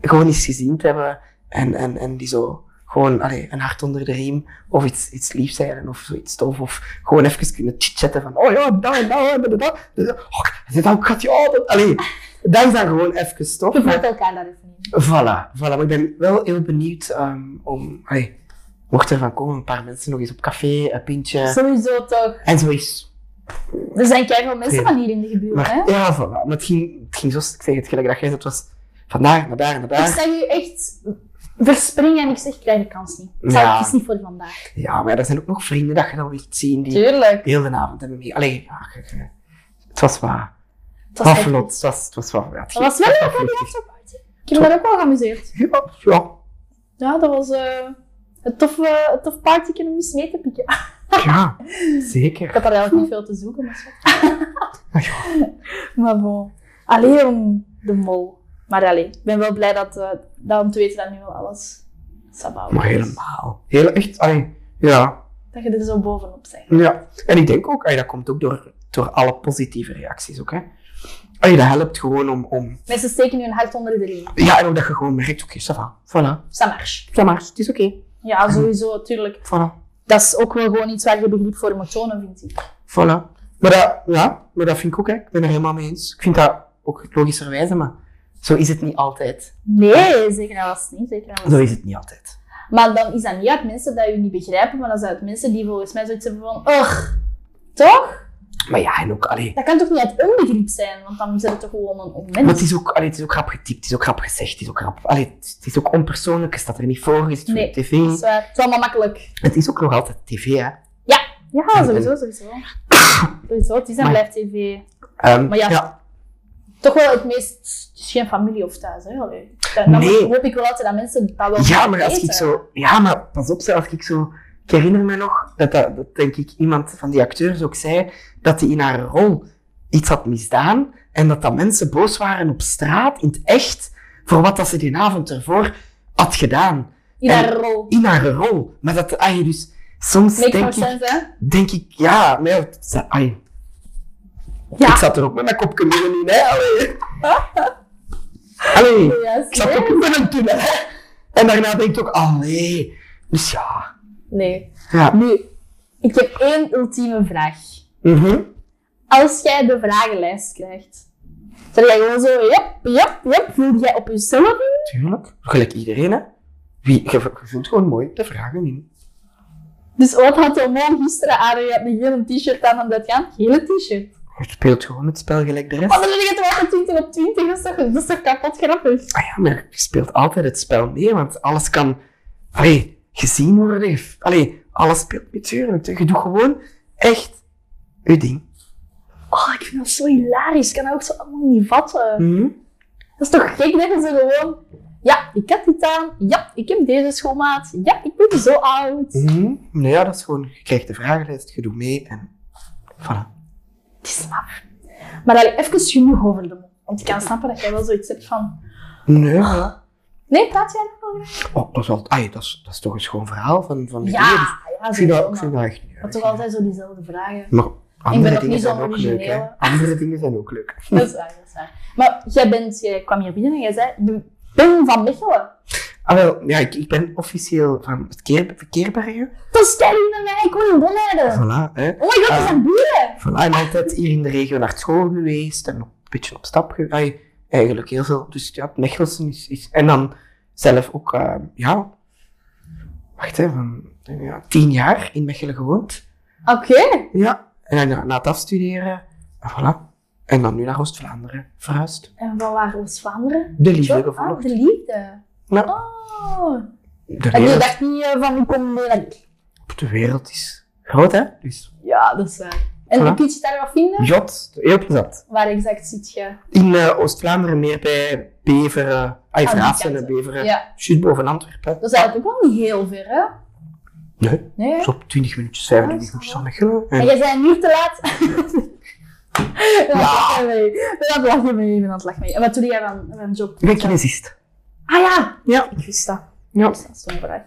Speaker 2: gewoon eens gezien te hebben. En, en, en die zo gewoon allee, een hart onder de riem of iets, iets liefs zeiden of zoiets tof. Of gewoon even kunnen chitchatten van, oh ja, dat en dat en dat en dat. Oh, dit ook gaat je altijd. Allee, dat is dan gewoon even tof.
Speaker 1: Je
Speaker 2: Maar-
Speaker 1: voelt elkaar daar even in.
Speaker 2: Voilà, voilà. Maar ik ben wel heel benieuwd ehm, om, allee, mocht er van komen, een paar mensen nog eens op café, een pintje
Speaker 1: Sowieso toch.
Speaker 2: en zoiets.
Speaker 1: Er zijn keihard mensen
Speaker 2: Ja.
Speaker 1: van hier in de gebuurt,
Speaker 2: Maar
Speaker 1: hè.
Speaker 2: ja, voilà. Maar het ging, het ging zo, ik zeg het gelijk dat jij het was van daar naar daar naar
Speaker 1: Ik
Speaker 2: daar.
Speaker 1: zeg u echt verspringen en ik zeg, ik krijg de kans niet. Ik zou
Speaker 2: Ja.
Speaker 1: het kies niet voor vandaag.
Speaker 2: Ja, maar er zijn ook nog vrienden dat je dan wilt zien die
Speaker 1: Tuurlijk.
Speaker 2: heel de avond hebben mee. Allee, ja, ge- ge- het was waar.
Speaker 1: Het
Speaker 2: Het
Speaker 1: was
Speaker 2: was
Speaker 1: echt-
Speaker 2: vlot, het was, het was wel. Ja, het
Speaker 1: Dat
Speaker 2: ging-
Speaker 1: was wel
Speaker 2: het
Speaker 1: leuk, hè, die
Speaker 2: vluchtig.
Speaker 1: afterparty. Ik heb me daar ook wel geamuseerd.
Speaker 2: Ja, ja.
Speaker 1: Ja, dat was eh een tof, eh, een tof partyje om eens mee te pikken.
Speaker 2: Ja,
Speaker 1: Ik
Speaker 2: zeker.
Speaker 1: had daar eigenlijk niet veel te zoeken, maar zo.
Speaker 2: Ah, ja.
Speaker 1: Maar bon. Alleen om de mol. Maar allee, ik ben wel blij dat, eh, dat om te weten dat nu wel alles sabaal
Speaker 2: Maar helemaal. Heel echt, allee, ja.
Speaker 1: Dat je er zo bovenop bent.
Speaker 2: Ja, en ik denk ook, ay, dat komt ook door, door alle positieve reacties ook, hè. Ay, dat helpt gewoon om, om...
Speaker 1: Mensen steken nu hun hart onder de riem.
Speaker 2: Ja, en ook dat je gewoon merkt, oké, ça va, voilà.
Speaker 1: Ça marche.
Speaker 2: Ça marche, het is oké,
Speaker 1: Ja, sowieso, tuurlijk.
Speaker 2: voilà,
Speaker 1: Dat is ook wel gewoon iets waar je begrip voor moet tonen, vind ik.
Speaker 2: voilà. Maar dat, ja, maar dat vind ik ook, hè. Ik ben er helemaal mee eens. Ik vind dat ook logischerwijze, maar zo is het niet altijd.
Speaker 1: Nee, zeker en vast niet. Zeker en vast
Speaker 2: Zo
Speaker 1: niet.
Speaker 2: is het niet altijd.
Speaker 1: Maar dan is dat niet uit mensen dat je niet begrijpen, maar dat is uit mensen die volgens mij zoiets hebben van, ugh, toch?
Speaker 2: Maar ja, en ook, allee...
Speaker 1: Dat kan toch niet uit onbegrip zijn, want dan zijn het toch gewoon een onmens.
Speaker 2: Maar het is ook, allee, het is ook grap getypt, het is ook grap gezegd, het is ook grap... Allee, het is ook onpersoonlijk, je staat er niet voor, je zit voor
Speaker 1: Nee,
Speaker 2: de tv.
Speaker 1: Dat is waar. Het is allemaal makkelijk.
Speaker 2: Het is ook nog altijd tv, hè.
Speaker 1: Ja,
Speaker 2: En-
Speaker 1: sowieso, sowieso. sowieso, het is en
Speaker 2: Mhm. Maar-
Speaker 1: blijft tv.
Speaker 2: Ehm,
Speaker 1: Maar ja, Toch wel het meest, het is geen familie of thuis, hè? Allee. Dan, dan
Speaker 2: Nee.
Speaker 1: hoop ik wel altijd dat mensen dat wel
Speaker 2: Ja,
Speaker 1: gaan
Speaker 2: maar als ik
Speaker 1: eten.
Speaker 2: zo... Ja, maar pas op, zeg, als ik zo... Ik herinner me nog dat, dat, dat denk ik, iemand van die acteurs ook zei dat hij in haar rol iets had misdaan en dat dat mensen boos waren op straat, in het echt, voor wat dat ze die avond ervoor had gedaan.
Speaker 1: In
Speaker 2: en-
Speaker 1: haar rol.
Speaker 2: In haar rol. Maar dat... Ay, dus soms
Speaker 1: Makes more
Speaker 2: denk ik,
Speaker 1: sense, hè?
Speaker 2: denk ik... Ja, maar... ja, het- Ay,
Speaker 1: Ja.
Speaker 2: Ik zat er ook met mijn kopje midden in, hè. Allee. Allee.
Speaker 1: Ja,
Speaker 2: Ik zat ook
Speaker 1: nee.
Speaker 2: met een tunnel, hè. En daarna denk ik ook, allee. Dus ja...
Speaker 1: Nee.
Speaker 2: Ja.
Speaker 1: Nu, ik heb één ultieme vraag.
Speaker 2: Mhm.
Speaker 1: Als jij de vragenlijst krijgt, zeg jij gewoon zo, jep, jep, jep, voel jij op jezelf in?
Speaker 2: Tuurlijk. Gelijk iedereen, hè. Wie, je, je vult gewoon mooi de vragen in.
Speaker 1: Dus wat had de mol gisteren aan? Je had een gele t-shirt aan en dat aan, gele t-shirt.
Speaker 2: Je speelt gewoon het spel gelijk de rest.
Speaker 1: Want Oh, dan ben ik het wel van 20 op 20, dat is toch, dat is toch kapot grappig?
Speaker 2: Ah ja, maar je speelt altijd het spel mee, want alles kan allee, gezien worden. Je- Allee, alles speelt natuurlijk. Je doet gewoon echt je ding.
Speaker 1: Oh, ik vind dat zo hilarisch. Ik kan dat ook zo allemaal niet vatten.
Speaker 2: Mhm.
Speaker 1: Dat is toch gek dat je zo gewoon... Ja, ik heb dit aan. Ja, ik heb deze schoonmaat. Ja, ik ben zo oud.
Speaker 2: Mhm. Nou ja, dat is gewoon, je krijgt de vragenlijst, je doet mee en voilà.
Speaker 1: Het is maf. Maar allee, even genoeg over de mond. Want ik kan snappen dat jij wel zoiets hebt van...
Speaker 2: Nee, voilà.
Speaker 1: "Ah." Nee, praat jij nog over?
Speaker 2: Oh, dat, is al, ai, dat, is, dat is toch een schoon verhaal van, van die
Speaker 1: Ja,
Speaker 2: dingen. Dus
Speaker 1: ja,
Speaker 2: Ik vind dat, ik
Speaker 1: sowieso.
Speaker 2: vind
Speaker 1: maar-
Speaker 2: dat echt niet
Speaker 1: Maar
Speaker 2: erg.
Speaker 1: toch altijd zo diezelfde vragen.
Speaker 2: Maar andere
Speaker 1: nog
Speaker 2: dingen
Speaker 1: niet
Speaker 2: zijn
Speaker 1: zo'n
Speaker 2: ook leuk, hè.
Speaker 1: originele.
Speaker 2: Andere dingen zijn ook leuk.
Speaker 1: Dat is waar, dat is waar. Maar jij, bent, jij kwam hier binnen en jij zei... "Ik ben van Mechelen.
Speaker 2: Ah, wel, ja, ik, ik ben officieel van het Keer- Verkeerbergen.
Speaker 1: Dat is kei lief met mij. Ik woon in Bonheide.
Speaker 2: Voilà, hè.
Speaker 1: Oh my god, dat
Speaker 2: Ah.
Speaker 1: zijn buren!
Speaker 2: Voilà, en altijd hier in de regio naar school geweest en een beetje op stap geweest. Eigenlijk heel veel. Dus ja, het Mechelsen is, is- En dan zelf ook, eh, ja... Wacht, hè, van ja, tien jaar in Mechelen gewoond.
Speaker 1: Oké.
Speaker 2: Ja. En dan ja, na het afstuderen, en voilà. En dan nu naar Oost-Vlaanderen verhuisd.
Speaker 1: En van waar Oost-Vlaanderen?
Speaker 2: De liefde
Speaker 1: Job?
Speaker 2: gevolgd.
Speaker 1: Ah, de liefde.
Speaker 2: Ja.
Speaker 1: Oh.
Speaker 2: De
Speaker 1: En je
Speaker 2: wereld,
Speaker 1: dacht niet eh, van, ik kom meer dan ik.
Speaker 2: de wereld is groot, hè? Dus
Speaker 1: Ja, dat is waar. En
Speaker 2: Voilà.
Speaker 1: hoe kun je het daar wat vinden?
Speaker 2: jot, heel plezant.
Speaker 1: Waar exact zit je?
Speaker 2: In eh, Oost-Vlaanderen meer bij Beveren, ah,
Speaker 1: die
Speaker 2: Verassen en
Speaker 1: kant, hè.
Speaker 2: Beveren,
Speaker 1: Ja.
Speaker 2: juist boven Antwerpen.
Speaker 1: Dat is eigenlijk ook wel niet heel ver, hè?
Speaker 2: Nee,
Speaker 1: Nee. hè?
Speaker 2: zo 20 minuutjes, 25
Speaker 1: Ah, Ja, dat
Speaker 2: minuutjes
Speaker 1: is
Speaker 2: van Mechelen.
Speaker 1: En
Speaker 2: En,
Speaker 1: jij bent een uur te laat. Ja, dat lag mee. Dat lag je mee, dat lag mee. En wat doe jij van, van job?
Speaker 2: ik ben kinesist.
Speaker 1: Ah ja!
Speaker 2: Ja.
Speaker 1: Ik wist dat.
Speaker 2: Ja.
Speaker 1: Dat is zo'n vraag.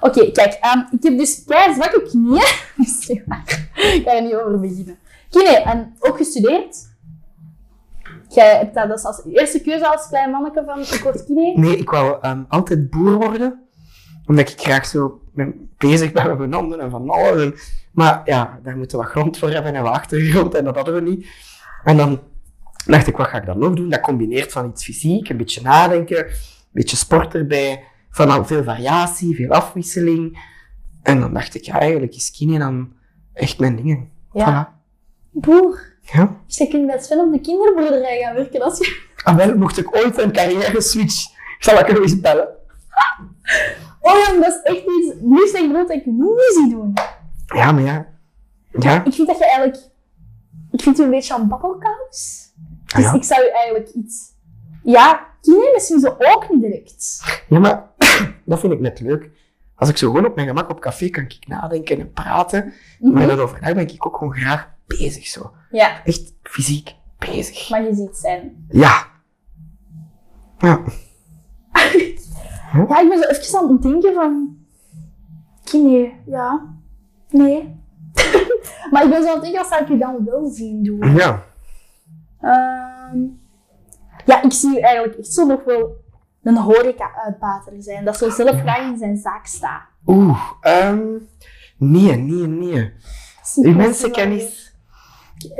Speaker 1: Oké, kijk. ehm, ik heb dus kei zwakke knieën. Dat is niet waar. Ik ga er niet over beginnen. Kine, en ook gestudeerd. Jij hebt dat dus als eerste keuze als klein manneke van ik word kine.
Speaker 2: Nee, ik wou ehm, altijd boer worden, omdat ik graag zo ben- bezig ben met mijn handen en van alles. En- maar ja, daar moeten we wat grond voor hebben en wat achtergrond en dat hadden we niet. En dan dacht ik, wat ga ik dan nog doen? Dat combineert van iets fysiek, een beetje nadenken, een beetje sport erbij, van al veel variatie, veel afwisseling. En dan dacht ik, ja, eigenlijk is kine dan echt mijn dingen.
Speaker 1: Ja.
Speaker 2: Voilà.
Speaker 1: Boer.
Speaker 2: Ja.
Speaker 1: Dus je kunt bij Sven op de kinderboerderij gaan werken als je...
Speaker 2: Ah, wel, mocht ik ooit een carrière switch, zal ik er eens bellen.
Speaker 1: Oh jong, dat is echt iets... Nu is echt dat ik niet zie doen.
Speaker 2: Ja, maar ja. Ja.
Speaker 1: Ik vind dat je eigenlijk... Ik vind je een beetje aan babbelkous.
Speaker 2: Ah,
Speaker 1: Dus
Speaker 2: ja.
Speaker 1: ik zou je eigenlijk iets... Ja, kine misschien zo ook niet direct.
Speaker 2: Ja, maar dat vind ik net leuk. Als ik zo gewoon op mijn gemak op café kan ik nadenken en praten. Maar
Speaker 1: Mhm.
Speaker 2: dan overdag ben ik ook gewoon graag bezig zo.
Speaker 1: Ja,
Speaker 2: Echt fysiek bezig.
Speaker 1: maar je ziet zijn.
Speaker 2: Ja. Ja.
Speaker 1: Ja, ik ben zo even aan het denken van... Kine, ja. Nee. maar ik ben zo aan het denken, wat zou ik je dan wel zien doen?
Speaker 2: Ja.
Speaker 1: Ehm, ja, ik zie u eigenlijk echt zo nog wel een horeca-uitbater zijn. Dat zo zelf graag in zijn zaak staat.
Speaker 2: Oeh. ehm, nee, nee, nee.
Speaker 1: Zie
Speaker 2: Die Mm.
Speaker 1: ik
Speaker 2: mensenkennis.
Speaker 1: wel.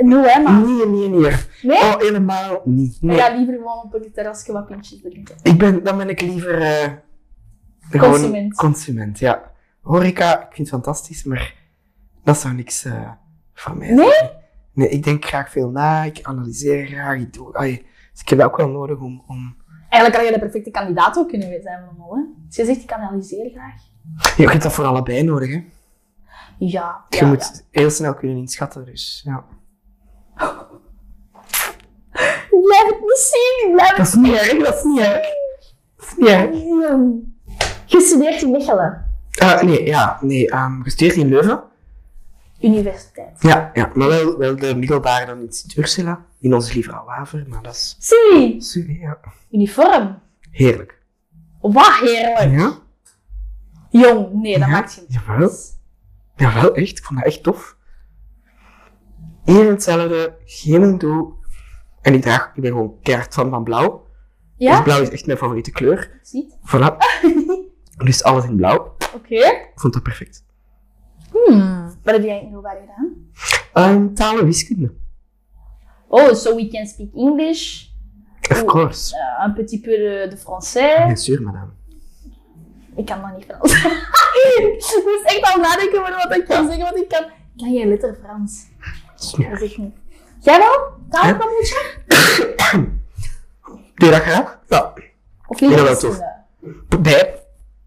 Speaker 1: Doe hè, maar.
Speaker 2: Nee, nee, nee.
Speaker 1: Nee?
Speaker 2: Oh, helemaal niet.
Speaker 1: Ik
Speaker 2: Nee.
Speaker 1: ga liever gewoon op een terrasje wat pintjes drinken.
Speaker 2: Ik ben, dan ben ik liever eh,
Speaker 1: Consument.
Speaker 2: consument, ja. Horeca, ik vind het fantastisch, maar dat zou niks eh, voor mij
Speaker 1: Nee?
Speaker 2: zijn. Nee, ik denk graag veel na, ik analyseer graag, ik doe... ai, dus ik heb dat ook wel nodig om... om...
Speaker 1: Eigenlijk had jij de perfecte kandidaat ook kunnen zijn van Mol, hè? Dus je zegt, ik analyseer graag.
Speaker 2: Ja, je hebt dat voor allebei nodig, hè.
Speaker 1: Ja,
Speaker 2: Je
Speaker 1: ja,
Speaker 2: moet
Speaker 1: ja.
Speaker 2: heel snel kunnen inschatten, dus ja.
Speaker 1: Ik blijf het niet zien, ik blijf het
Speaker 2: Dat is niet erg, dat is niet erg. Dat is niet erg.
Speaker 1: zien. Gestudeerd in Mechelen.
Speaker 2: Ah, nee, ja, nee, ehm, gestudeerd in Leuven.
Speaker 1: Universiteit.
Speaker 2: Ja, ja maar wel, wel de middelbare dan in Sint-Ursula, in onze lieve Waver, maar dat is...
Speaker 1: Zie,
Speaker 2: Ja.
Speaker 1: uniform.
Speaker 2: Heerlijk.
Speaker 1: Wat heerlijk.
Speaker 2: Ja?
Speaker 1: Jong, nee, dat
Speaker 2: Ja,
Speaker 1: maakt geen
Speaker 2: jawel.
Speaker 1: kans.
Speaker 2: Jawel, echt. Ik vond dat echt tof. Eén en hetzelfde, geen doel. En ik draag, ik ben gewoon keihard van van blauw. Dus
Speaker 1: Ja,
Speaker 2: blauw is echt mijn favoriete kleur.
Speaker 1: ziet.
Speaker 2: Voilà. dus alles in blauw.
Speaker 1: Oké.
Speaker 2: Ik vond dat perfect.
Speaker 1: Hmm. Wat heb jij in Nobari gedaan?
Speaker 2: Ehm taal en wiskunde.
Speaker 1: Oh, so we can speak English,
Speaker 2: Of
Speaker 1: Oeh.
Speaker 2: course.
Speaker 1: eh, un petit peu de, de français.
Speaker 2: Bien sûr, madame.
Speaker 1: Ik kan dat niet Frans. dus echt al nadenken over wat ik kan zeggen, want ik kan... Kan jij letter Frans?
Speaker 2: Smerig.
Speaker 1: Dat is echt niet. Jij wel? Taalkamoesje?
Speaker 2: Doe je dat graag? Ja.
Speaker 1: Of liever
Speaker 2: Ja, wel,
Speaker 1: wiskunde?
Speaker 2: Bij,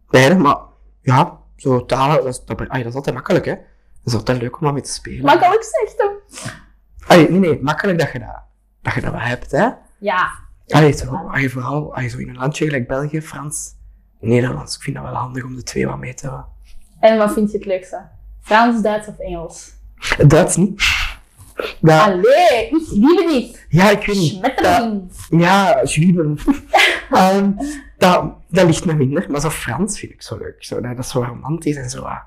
Speaker 2: beide, maar ja, zo talen, dat is, dat, ai, dat is altijd makkelijk, hè. Dat is altijd leuk om daarmee te spelen.
Speaker 1: Makkelijk zegt hem.
Speaker 2: Ai, nee, nee, makkelijk dat je dat, dat, je dat wel hebt, hè.
Speaker 1: Ja.
Speaker 2: Allee, zo, allee, vooral allee, zo in een landje gelijk België, Frans, Nederlands. Ik vind dat wel handig om de twee wat mee te hebben.
Speaker 1: En wat vind je het leukste? Frans, Duits of Engels?
Speaker 2: Het Duits niet. Dat-
Speaker 1: Allee, ik liebe niet.
Speaker 2: ja, ik weet niet. Dat,
Speaker 1: Schmetterling.
Speaker 2: ja, Zwieben. Ehm, dat, dat ligt me minder. Maar zo Frans vind ik zo leuk. Zo, dat, dat is zo romantisch en zo. ah.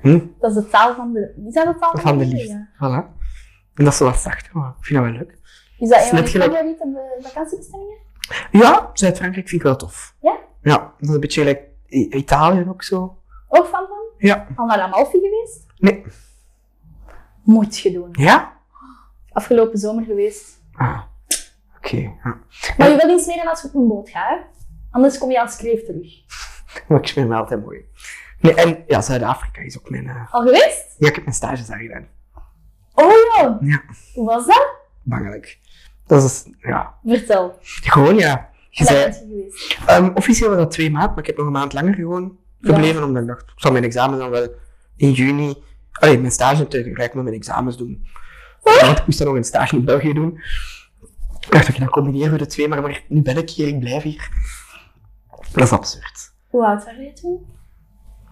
Speaker 2: Hm?
Speaker 1: Dat is de taal van de... Is dat de taal van,
Speaker 2: Van de liefde. Voilà. En dat is zo wat zachter, maar ik vind dat wel leuk.
Speaker 1: Is dat een van
Speaker 2: Snap
Speaker 1: je
Speaker 2: je dat?
Speaker 1: favoriete be- vakantiebestemmingen?
Speaker 2: Ja, Zuid-Frankrijk vind ik wel tof.
Speaker 1: Ja?
Speaker 2: Ja, dat is een beetje gelijk I- Italië ook zo.
Speaker 1: Ook van van?
Speaker 2: Ja.
Speaker 1: Al naar Amalfi geweest?
Speaker 2: Nee.
Speaker 1: Moet je doen.
Speaker 2: Ja?
Speaker 1: Afgelopen zomer geweest.
Speaker 2: Ah, oké. ja.
Speaker 1: Maar je wil niet smeren als je op een boot gaat, hè? Anders kom je als kreef terug.
Speaker 2: Maar ik speel me altijd mooi. Nee, en ja, Zuid-Afrika is ook mijn... eh,
Speaker 1: Al geweest?
Speaker 2: Ja, ik heb mijn stages daar gedaan.
Speaker 1: Oh ja.
Speaker 2: Ja.
Speaker 1: Hoe was dat?
Speaker 2: Bangelijk. Dat is... Ja.
Speaker 1: Vertel.
Speaker 2: Gewoon, ja. Je
Speaker 1: Hoe lang
Speaker 2: zei,
Speaker 1: bent je geweest?
Speaker 2: ehm, officieel was dat twee maanden, maar ik heb nog een maand langer gewoon gebleven. Omdat ik dacht, ik zal mijn examen dan wel in juni... Allee, mijn stage tegelijk met mijn examens doen. Want ik moest dan nog een stage in België doen. Ik dacht, oké, dan combineren we de twee, maar, maar nu ben ik hier, ik blijf hier. Dat is absurd.
Speaker 1: Hoe oud was je toen?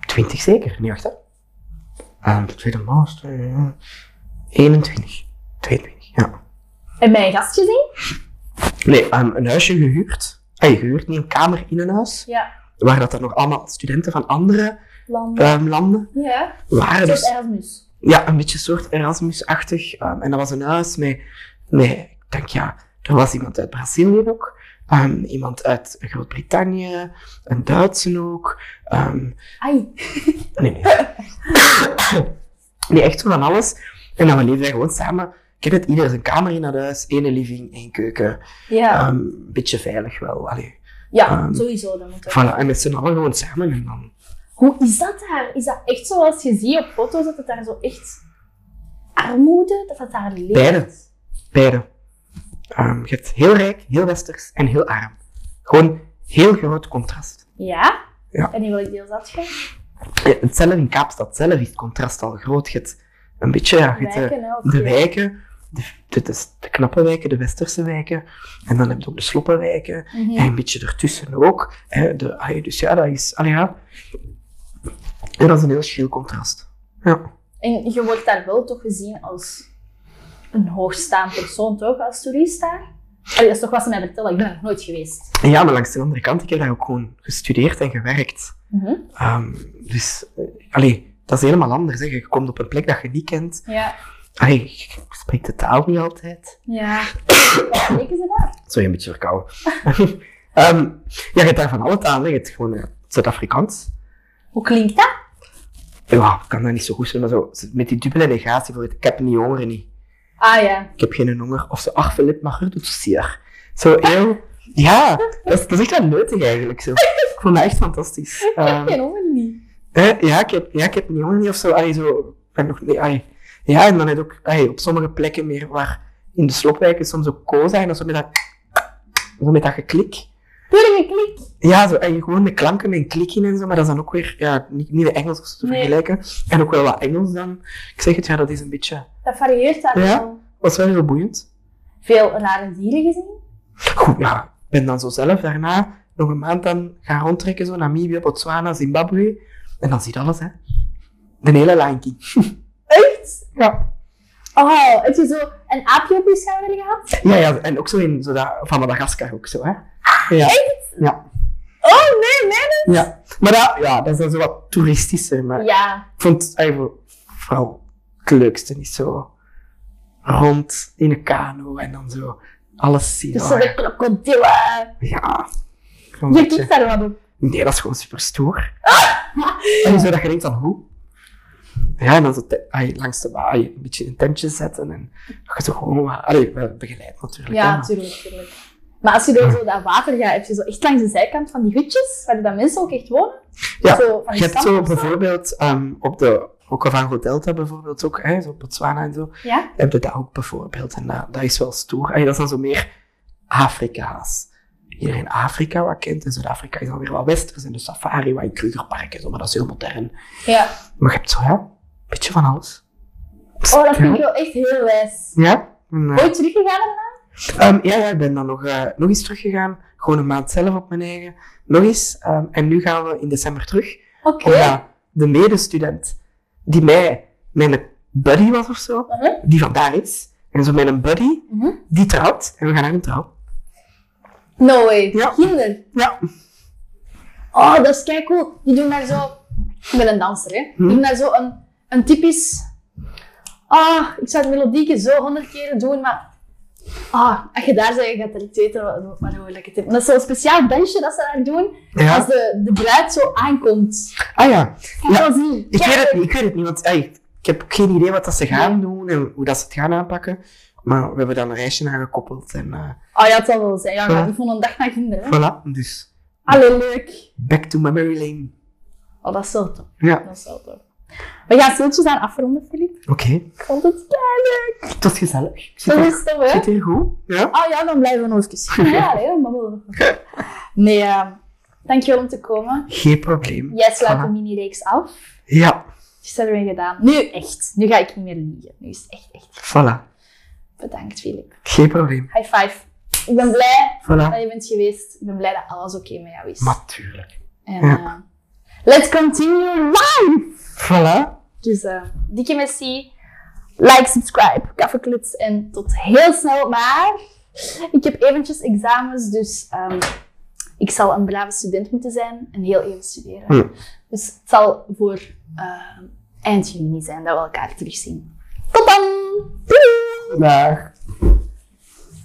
Speaker 2: Twintig zeker, niet echt hè? Ehm, tweede master, ja. 21, 22, ja.
Speaker 1: En bij een gast gezien?
Speaker 2: Nee, ehm, een huisje gehuurd. Ah, gehuurd, niet een kamer in een huis.
Speaker 1: Ja.
Speaker 2: Waar dat dan nog allemaal studenten van andere
Speaker 1: Landen.
Speaker 2: ehm, landen
Speaker 1: Ja.
Speaker 2: waren.
Speaker 1: Tot
Speaker 2: Dus,
Speaker 1: Erasmus.
Speaker 2: ja, een beetje soort Erasmus-achtig. Ehm, en dat was een huis met, met, ik denk ja, er was iemand uit Brazilië ook. ehm, iemand uit Groot-Brittannië, een Duitse ook. ehm,
Speaker 1: Ai.
Speaker 2: Nee, nee. nee, echt zo van alles. En dan leefden wij gewoon samen. Ik heb het ieder zijn kamer in het huis, ene living, één keuken.
Speaker 1: Ja.
Speaker 2: Ehm, een beetje veilig wel. Allee.
Speaker 1: Ja,
Speaker 2: Ehm,
Speaker 1: sowieso. Dat moet ook.
Speaker 2: Voilà, en met z'n allen gewoon samen. En dan...
Speaker 1: Hoe is dat daar? Is dat echt zoals je ziet op foto's, dat het daar zo echt armoede, dat het daar leeft?
Speaker 2: Beide. Beide. Ehm, je hebt heel rijk, heel westers en heel arm. Gewoon heel groot contrast.
Speaker 1: Ja?
Speaker 2: Ja.
Speaker 1: En in welk deel zat je?
Speaker 2: Eh, Hetzelfde in Kaapstad zelf is het contrast al groot. Je hebt een beetje... Ja, je hebt, eh,
Speaker 1: Wijken, hè? Of
Speaker 2: de
Speaker 1: je-
Speaker 2: wijken, de, de, de, de knappe wijken, de westerse wijken. En dan heb je ook de sloppenwijken.
Speaker 1: Mhm.
Speaker 2: En een beetje ertussen ook. Hè, de, ah, dus ja, dat is. Allee, ja. En dat is een heel schil contrast. Ja.
Speaker 1: En je wordt daar wel toch gezien als een hoogstaand persoon, toch? Als toerist daar? Allee, dat is toch wat ze mij vertellen, ik ben er nog nooit geweest.
Speaker 2: En ja, maar langs de andere kant, ik heb daar ook gewoon gestudeerd en gewerkt.
Speaker 1: Mhm.
Speaker 2: Ehm, dus, eh, allee, dat is helemaal anders. Hè. Je komt op een plek dat je niet kent.
Speaker 1: Ja.
Speaker 2: Allee, je spreekt de taal niet altijd.
Speaker 1: Ja. Wat spreken ze daar?
Speaker 2: Sorry, een beetje verkouden. Ehm, ja, je hebt daar van alle talen. Je hebt gewoon eh, Zuid-Afrikaans.
Speaker 1: Hoe klinkt dat?
Speaker 2: Ja, ik kan dat niet zo goed zijn, maar zo, met die dubbele negatie voor het ik heb niet honger niet.
Speaker 1: Ah ja.
Speaker 2: ik heb geen honger. Of zo, ach Filip, maar het doet zeer. Zo heel... Ja, dat is, dat is echt wel nuttig eigenlijk. Zo. Ik vond dat echt fantastisch. Ehm,
Speaker 1: Geen honger niet.
Speaker 2: hè, ja, ik heb, ja, ik heb niet honger niet of zo. Allee, zo ik ben nog, niet- allee. Ja, en dan heb je ook allee, op sommige plekken meer waar in de slopwijken soms ook koza en dan zo met dat, zo met dat geklik.
Speaker 1: Purige klik.
Speaker 2: Ja, zo, en gewoon de klanken met een klik in en zo, maar dat is dan ook weer ja, niet, niet met Engels of zo te
Speaker 1: Nee.
Speaker 2: vergelijken. En ook wel wat Engels dan. Ik zeg het, ja, dat is een beetje...
Speaker 1: Dat varieert daar
Speaker 2: Ja?
Speaker 1: wel.
Speaker 2: was wel heel boeiend.
Speaker 1: Veel rare dieren gezien?
Speaker 2: Goed, ja, ik ben dan zo zelf daarna nog een maand dan gaan rondtrekken, zo Namibië, Botswana, Zimbabwe. En dan ziet alles, hè. De hele Lion King.
Speaker 1: Echt?
Speaker 2: Ja.
Speaker 1: Oh, heb je zo een aapje op je schouder gehad?
Speaker 2: Ja, ja, en ook zo in zo dat, van Madagaskar ook zo, hè. Ja. Ja.
Speaker 1: Oh, nee, nee,
Speaker 2: ja. Maar dat, ja, dat is dan zo wat toeristischer. Maar
Speaker 1: Ja.
Speaker 2: ik vond het eigenlijk vooral het leukste, niet zo rond in een kano en dan zo alles zien.
Speaker 1: Dus zo de krokodillen.
Speaker 2: Ja. Zo'n
Speaker 1: Je
Speaker 2: Ah, beetje-
Speaker 1: kikt daar wat op.
Speaker 2: Nee, dat is gewoon super stoer.
Speaker 1: Ah!
Speaker 2: En zo dat je denkt van hoe? Ja, en dan zo te- ai, langs de baai een beetje een tentje zetten en dat je zo gewoon wat- allee, wel begeleid natuurlijk. hè,
Speaker 1: Ja,
Speaker 2: maar-
Speaker 1: tuurlijk, tuurlijk. Maar als je door zo dat water gaat, heb je zo echt langs de zijkant van die hutjes, waar dan mensen ook echt wonen.
Speaker 2: Ja,
Speaker 1: zo van die
Speaker 2: je hebt
Speaker 1: stampen
Speaker 2: zo
Speaker 1: of zo.
Speaker 2: bijvoorbeeld ehm, op de ook al van Rodelta bijvoorbeeld, ook, hè, zo Botswana en zo,
Speaker 1: Ja?
Speaker 2: heb je dat ook bijvoorbeeld. En dat, dat is wel stoer. Allee, dat is dan zo meer Afrika's. Iedereen Afrika wat kent, en Zuid-Afrika is dan weer wat west. Er zijn de safari, wat in Krugerpark en zo, maar dat is heel modern.
Speaker 1: Ja.
Speaker 2: Maar je hebt zo, ja, een beetje van alles.
Speaker 1: Oh, dat vind ik wel echt heel wijs.
Speaker 2: Ja? En, eh,
Speaker 1: Ooit teruggegaan?
Speaker 2: Ehm, ja, ja, ik ben dan nog, eh, nog eens teruggegaan. Gewoon een maand zelf op mijn eigen. Nog eens. ehm, en nu gaan we in december terug.
Speaker 1: Oké.
Speaker 2: Omdat de medestudent die mij mijn buddy was of zo,
Speaker 1: Mhm.
Speaker 2: die vandaar is. En zo mijn buddy,
Speaker 1: Mhm.
Speaker 2: die trouwt. En we gaan naar een trouw.
Speaker 1: No way.
Speaker 2: Ja.
Speaker 1: Kinder.
Speaker 2: Ja.
Speaker 1: Oh, dat is kijk cool. Die doen daar zo. Ik ben een danser, hè? Die
Speaker 2: Hm.
Speaker 1: doen daar zo een, een typisch. Ah, ik zou het melodieke zo honderd keren doen, maar. Ah, als je daar bent, je gaat dat niet weten wa- waarover ik het heb. Dat is zo'n speciaal dansje dat ze daar doen als
Speaker 2: Ja.
Speaker 1: de, de bruid zo aankomt.
Speaker 2: Ah ja.
Speaker 1: Ik
Speaker 2: Ja,
Speaker 1: zal zien.
Speaker 2: Ik
Speaker 1: Kijk,
Speaker 2: weet het niet, ik weet het niet. Want ey, ik heb ook geen idee wat dat ze gaan doen en hoe dat ze het gaan aanpakken. Maar we hebben dan een reisje naar gekoppeld. En eh,
Speaker 1: Oh ja, het zal wel zijn. Ja,
Speaker 2: Ja.
Speaker 1: ik vond een dag naar kinderen. Hè?
Speaker 2: voilà. Dus
Speaker 1: Allee, leuk.
Speaker 2: back to memory lane.
Speaker 1: Oh, dat is zo tof.
Speaker 2: Ja,
Speaker 1: Dat is zo tof. We gaan stiltjes aan afronden, Filip.
Speaker 2: oké.
Speaker 1: Ik vond het leuk.
Speaker 2: Het was gezellig. Ik zit
Speaker 1: Dat
Speaker 2: ook-
Speaker 1: is tof, hè?
Speaker 2: Zit heel goed. Ja.
Speaker 1: Ah ja, dan blijven we nog even zitten. Ja, nee, dan babbelen we. Nee, eh, dankjewel om te komen.
Speaker 2: Geen probleem.
Speaker 1: Jij sluit
Speaker 2: Voilà.
Speaker 1: de mini-reeks af.
Speaker 2: Ja,
Speaker 1: Dus dat hebben we gedaan. Nu echt. Nu ga ik niet meer liegen. Nu is het echt, echt.
Speaker 2: voilà.
Speaker 1: Bedankt, Filip.
Speaker 2: Geen probleem.
Speaker 1: High five. Ik ben blij
Speaker 2: Voilà.
Speaker 1: dat je bent geweest. Ik ben blij dat alles oké met jou is.
Speaker 2: Natuurlijk.
Speaker 1: En,
Speaker 2: ja.
Speaker 1: eh, let's continue live!
Speaker 2: Voilà.
Speaker 1: Dus eh dikke merci. Like, subscribe, kaffekluts en tot heel snel. Maar ik heb eventjes examens, dus ehm, ik zal een brave student moeten zijn en heel even studeren.
Speaker 2: Hmm.
Speaker 1: Dus het zal voor eh, ehm, eind juni zijn dat we elkaar terugzien. Tot dan! Doei!
Speaker 2: Dag.